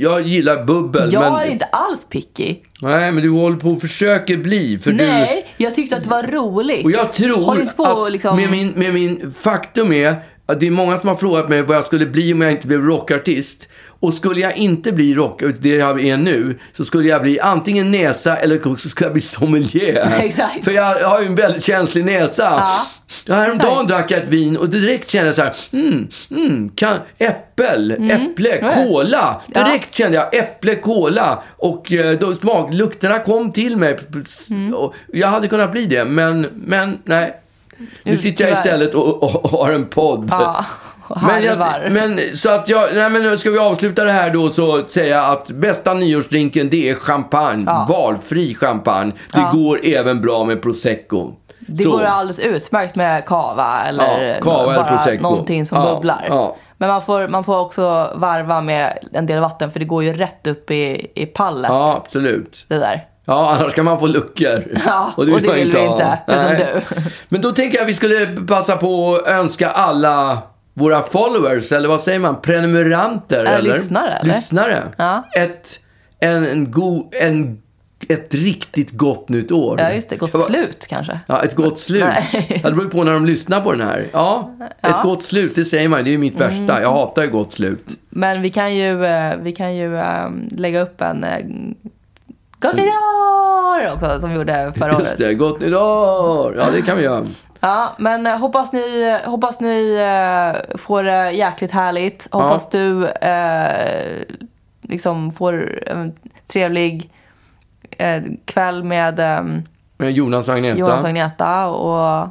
S2: jag gillar bubbel.
S1: Jag
S2: men,
S1: är inte alls picky.
S2: Nej, men du håller på och försöker bli. För Du,
S1: Nej, jag tyckte att det var roligt.
S2: och jag tror
S1: Håll inte på
S2: att
S1: och liksom...
S2: med, min, med min faktum är att det är många som har frågat mig vad jag skulle bli om jag inte blev rockartist. Och skulle jag inte bli rock, det jag är nu, så skulle jag bli antingen näsa eller också skulle jag bli sommelier.
S1: Exakt.
S2: För jag har ju en väldigt känslig näsa. Ja. Häromdagen drack jag ett vin och direkt kände jag så här, mm, mm, kan, äppel,
S1: Mm.
S2: äpple, kola. Direkt kände jag äpple, kola. Och eh, då smak, lukterna kom till mig.
S1: Mm.
S2: Och jag hade kunnat bli det, men, men nej. Nu sitter jag
S1: Mm, tyvärr.
S2: istället och, och, och har en podd.
S1: Ja, och
S2: Men,
S1: harvar.
S2: jag, men så att jag, nej men nu ska vi avsluta det här då så säga att bästa nyårsdrinken det är champagne. Valfri champagne. Det går även bra med prosecco.
S1: Det
S2: så.
S1: går alldeles utmärkt med kava eller,
S2: Ja, kava eller
S1: bara
S2: prosecco.
S1: någonting som
S2: Ja,
S1: bubblar.
S2: ja.
S1: Men man får, man får också varva med en del vatten för det går ju rätt upp i, i pallet.
S2: Ja, absolut.
S1: Det där.
S2: Ja, annars kan man få luckor.
S1: Ja, och det
S2: man
S1: vill vi inte, förutom
S2: Nej.
S1: du.
S2: Men då tänker jag att vi skulle passa på att önska alla våra followers, eller vad säger man, prenumeranter?
S1: Eller
S2: Eller,
S1: lyssnare, eller?
S2: Lyssnare.
S1: Ja.
S2: Ett, en, en go, en, ett riktigt gott nytt år.
S1: Ja, just det. Gott
S2: Mm. Jag var-
S1: slut kanske.
S2: Ja, ett gott slut.
S1: Nej.
S2: Ja, det beror ju på när de lyssnar på den här. Ja, ett gott slut, det säger man. Det är ju mitt
S1: Mm.
S2: värsta. Jag hatar ju gott slut.
S1: Men vi kan ju, eh, vi kan ju eh, lägga upp en eh, Gott nytt år! Också, som vi gjorde förra
S2: Just
S1: året.
S2: det, gott nytt år. Ja, det kan vi göra.
S1: Ja, men eh, hoppas ni, hoppas ni eh, får det jäkligt härligt. Hoppas du eh, liksom får en trevlig eh, kväll med eh,
S2: Med Jonas och Agneta.
S1: Jonas och Agneta och,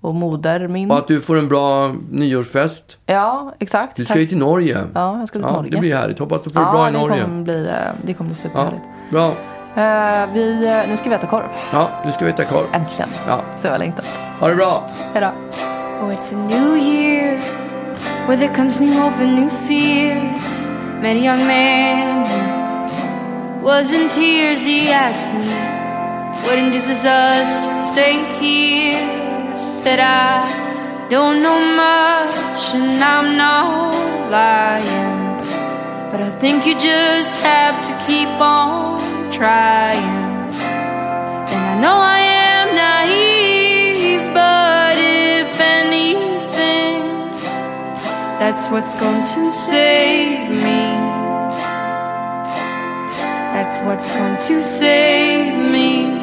S1: och moder min.
S2: Och att du får en bra nyårsfest.
S1: Ja, exakt.
S2: Du
S1: Tack.
S2: ska ju till Norge.
S1: Ja, jag ska till Norge.
S2: Det blir härligt. Hoppas du får det
S1: ja,
S2: bra i
S1: det
S2: Norge.
S1: Kommer bli, eh, det kommer bli
S2: Ja,
S1: superhärligt.
S2: bra.
S1: Eh, vi, eh, nu ska vi äta korv.
S2: Ja, nu ska vi äta korv.
S1: Äntligen.
S2: Ja.
S1: Så jag har längtat.
S2: Ha det bra.
S1: Hej då.
S4: Oh, it's a new year, with it comes new hope and new fears. Met a young man who was in tears. He asked me, "Wouldn't Jesus us to stay here?" I said, "I don't know much, and I'm not lying, but I think you just have to keep on trying." And I know I am naive, but if anything, that's what's going to save me. That's what's going to save me.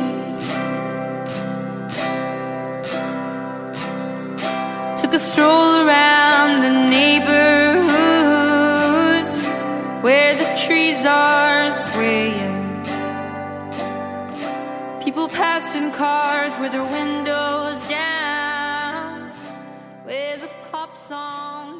S4: Took a stroll around the neighborhood where the trees are swaying. People passed in cars with their windows down, with a pop song.